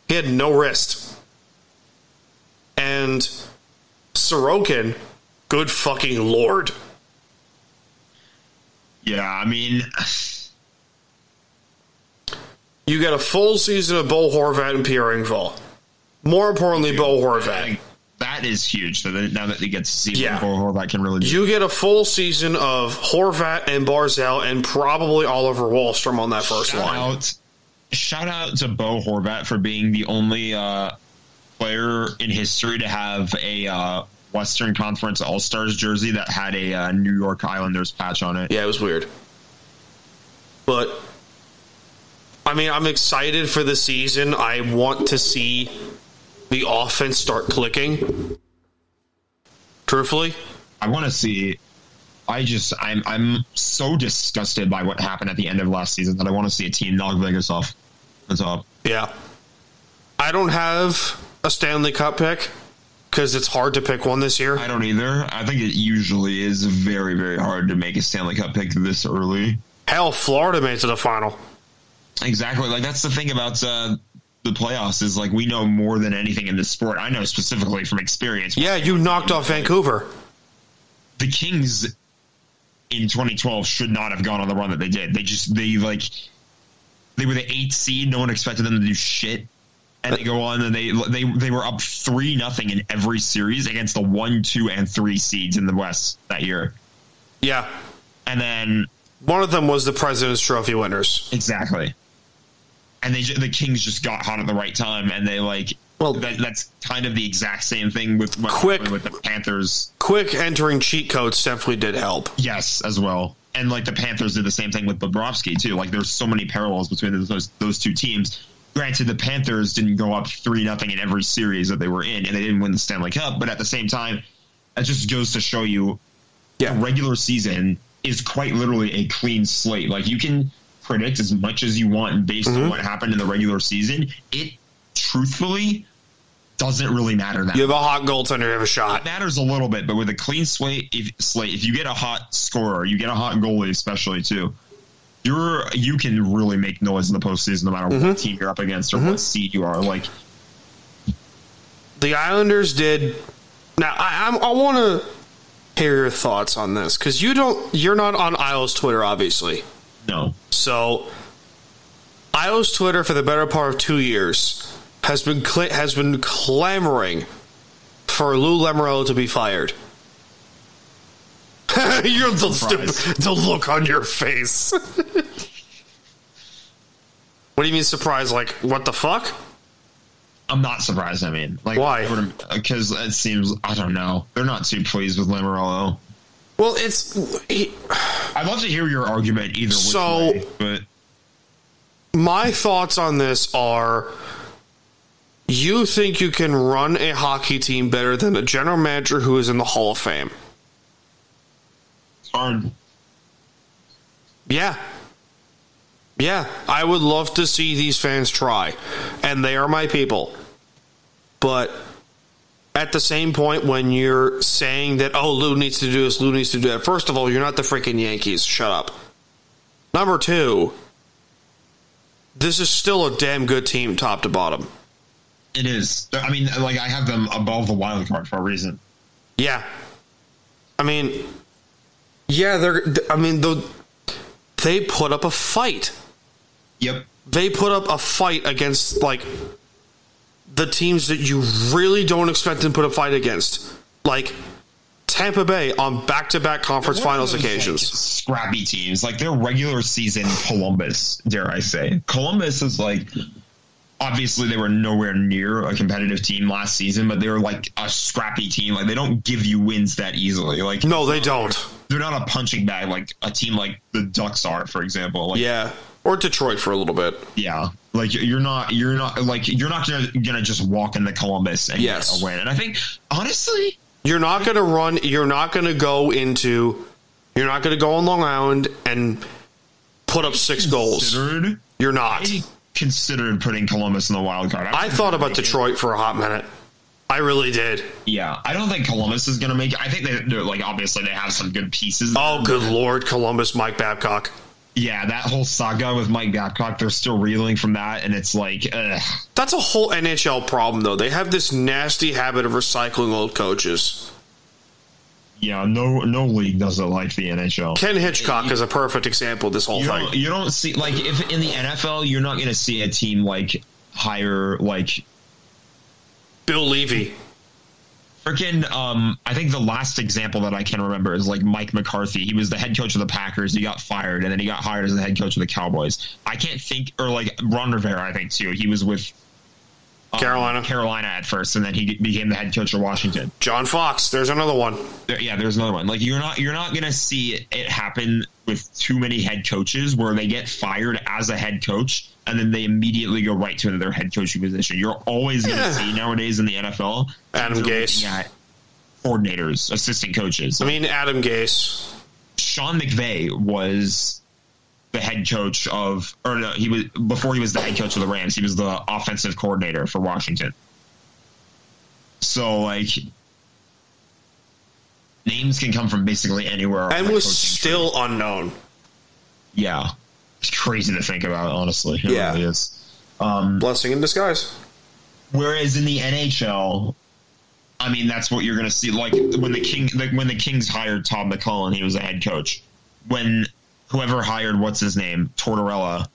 He had no wrist. And Sorokin, good fucking lord. yeah. I mean, You get a full season of Bo Horvat and Pierre Engvall. More importantly, Bo Horvat. like, that is huge. So that, now that he gets to see Yeah. what Bo Horvat can really do. You get a full season of Horvat and Barzell and probably Oliver Wallstrom on that first shout line. out, shout out to Bo Horvat for being the only uh, player in history to have a uh, Western Conference All Stars jersey that had a uh, New York Islanders patch on it. Yeah, it was weird. But I mean, I'm excited for the season. I want to see the offense start clicking. Truthfully, I want to see. I just I'm I'm so disgusted by what happened at the end of last season that I want to see a team knock Vegas off the top. yeah. I don't have a Stanley Cup pick because it's hard to pick one this year. I don't either. I think it usually is very very hard to make a Stanley Cup pick this early. Hell, Florida made it to the final. Exactly. Like that's the thing about uh, the playoffs is like we know more than anything in this sport. I know specifically from experience. Yeah, you knocked off Vancouver. The Kings in 2012 should not have gone on the run that they did. They just they like they were the eighth seed. No one expected them to do shit. And they go on, and they they they were up three nothing in every series against the one, two, and three seeds in the West that year. Yeah. And then One of them was the President's Trophy winners. Exactly. And they ju- the Kings just got hot at the right time, and they like. Well- Well, that, that's kind of the exact same thing with what Quick- happened with the Panthers. Quick entering cheat codes definitely did help. Yes, as well, and like the Panthers did the same thing with Bobrovsky too. Like there's so many parallels between those those two teams. Granted, the Panthers didn't go up three nothing in every series that they were in, and they didn't win the Stanley Cup. But at the same time, that just goes to show you the regular season is quite literally a clean slate. Like you can predict as much as you want based on what happened in the regular season. It truthfully doesn't really matter that. You have a hot goaltender, you have a it shot. matters a little bit, but with a clean slate, if, slate, if you get a hot scorer, you get a hot goalie, especially too. You're you can really make noise in the postseason, no matter Mm-hmm. what team you're up against or what seed you are. Like The Islanders did. Now, I, I'm, I want to hear your thoughts on this because you don't. You're not on Isles Twitter, obviously. no, So, Isles Twitter for the better part of two years has been cl- has been clamoring for Lou Lamoriello to be fired. you're the, Surprised. the look on your face. what do you mean surprise? Like what the fuck? I'm not surprised. I mean, like Why? Because it seems I don't know. They're not too pleased with Lamarello. Well, it's he, I'd love to hear your argument either. Which So- way, but my thoughts on this are you think you can run a hockey team better than a general manager who is in the Hall of Fame. it's hard. Yeah. Yeah, I would love to see these fans try, and they are my people. But at the same point, when you're saying that, oh, Lou needs to do this, Lou needs to do that, first of all, you're not the freaking Yankees. Shut up. Number two, this is still a damn good team, top to bottom. It is. I mean, like I have them above the wild card for a reason. Yeah. I mean, yeah, they're. I mean, the, they put up a fight. Yep. They put up a fight against, like, the teams that you really don't expect them to put a fight against. Like, Tampa Bay on back to back conference finals Those, like, occasions. scrappy teams, like their regular season Columbus, dare I say. Columbus is like obviously they were nowhere near a competitive team last season, but they were like a scrappy team. Like they don't give you wins that easily. Like No, they don't. they're not a punching bag like a team like the Ducks are, for example. Like Yeah. Or Detroit for a little bit. yeah. Like you're not you're not like you're not gonna gonna just walk into Columbus and Yes. get a win. And I think honestly You're not going to run. You're not going to go into. You're not going to go on Long Island and put up six goals. considered You're not. I considered putting Columbus in the wild card. I thought about Detroit for a hot minute. I really did. Yeah, I don't think Columbus is going to make. it. I think they, they're like obviously they have some good pieces. Oh, good lord, Columbus, Mike Babcock. yeah, that whole saga with Mike Babcock, they're still reeling from that, and it's like, ugh. That's a whole NHL problem, though. They have this nasty habit of recycling old coaches. yeah, no, no league does it like the NHL. Ken Hitchcock is a perfect example of this whole you don't, thing. you don't see like if in the NFL, you're not going to see a team like hire like Bill Levy. freaking. Um, I think the last example that I can remember is like Mike McCarthy. He was the head coach of the Packers. He got fired, and then he got hired as the head coach of the Cowboys. I can't think, or like Ron Rivera, I think too. He was with um, Carolina. Carolina at first, and then he became the head coach of Washington. John Fox. There's another one. There, yeah, there's another one. Like you're not you're not gonna see it, it happen with too many head coaches where they get fired as a head coach and then they immediately go right to another head coaching position. You're always gonna Yeah. see nowadays in the NFL Adam teams are Gase. looking at coordinators, assistant coaches. I mean, Adam Gase. Sean McVay was the head coach of, or no, he was before he was the head coach of the Rams. He was the offensive coordinator for Washington. So like, names can come from basically anywhere. on And the was coaching still unknown. tree. yeah, it's crazy to think about. Honestly, it Yeah. really is. Um, Blessing in disguise. Whereas in the NHL, I mean, that's what you're going to see. Like when the king, like, when the Kings hired Tom McCullen, he was a head coach. When whoever hired what's his name Tortorella,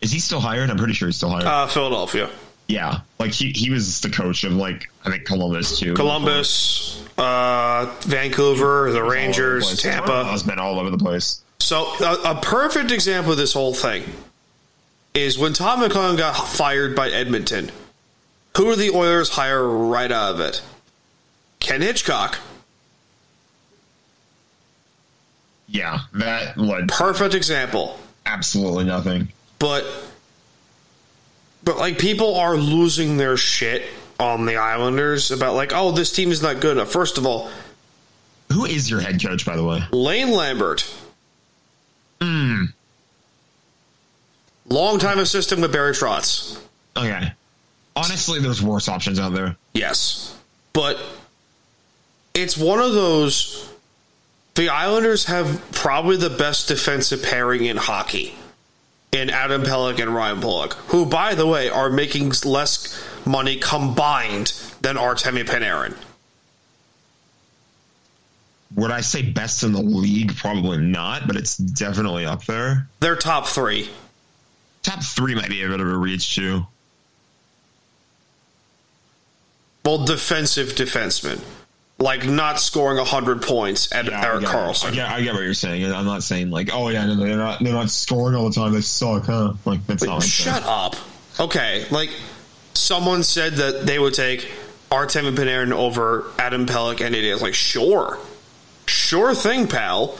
is he still hired? I'm pretty sure he's still hired. Uh, Philadelphia. yeah, like he he was the coach of like I think Columbus too. Columbus, uh, Vancouver, the All over the Rangers, place. Tampa. Tortorella's been all over the place. So a, a perfect example of this whole thing is when Tom McClellan got fired by Edmonton. Who do the Oilers hire right out of it? Ken Hitchcock. Yeah, that led to Perfect example. absolutely nothing. But but like people are losing their shit on the Islanders about like, oh, this team is not good enough. First of all, Who is your head coach, by the way? Lane Lambert. Hmm. Longtime assistant with Barry Trotz. Okay, honestly, there's worse options out there. Yes. But it's one of those. The Islanders have probably the best defensive pairing in hockey in Adam Pellick and Ryan Bullock, who, by the way, are making less money combined than Artemi Panarin. Would I say best in the league? Probably not, but it's definitely up there. They're top three. Top three might be a bit of a reach too. Well, defensive defensemen. Like not scoring 100 points at Eric Carlson. Yeah, I get what you're saying. I'm not saying like, oh yeah, no, they're not they're not scoring all the time. They suck, huh? Like that's not. what I'm saying. Shut up. Okay, like someone said that they would take Artem Panarin over Adam Pellick any day. It's like, sure, sure thing, pal.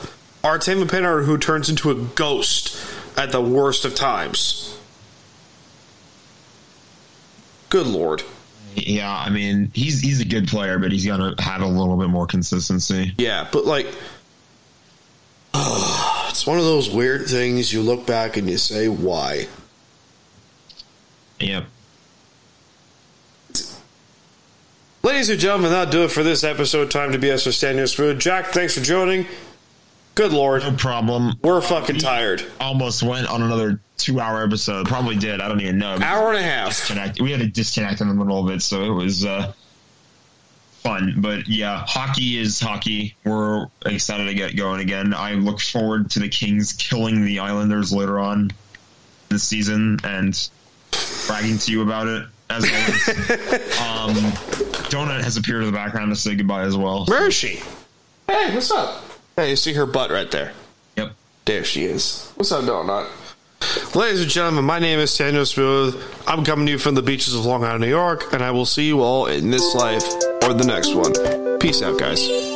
Artemi Pinard who turns into a ghost at the worst of times. Good lord. Yeah, I mean, he's he's a good player, but he's gonna have a little bit more consistency. Yeah, but like, It's one of those weird things you look back and you say, why? Yep. ladies and gentlemen, that'll do it for this episode. Time to be us for standing us smooth. Jack, thanks for joining. Good lord, No problem. we're fucking tired. Almost went on another two-hour episode. Probably did. I don't even know. Hour and a half. Disconnect- We had to disconnect in the middle of it, so it was uh, fun. But yeah, hockey is hockey. We're excited to get going again. I look forward to the Kings killing the Islanders later on this season and bragging to you about it. As always, um, Donut has appeared in the background to say goodbye as well. Where is she? Hey, what's up? Hey, you see her butt right there. Yep. There she is. What's up, Donut? Ladies and gentlemen, my name is Daniel Smooth. I'm coming to you from the beaches of Long Island, New York, and I will see you all in this life or the next one. Peace out, guys.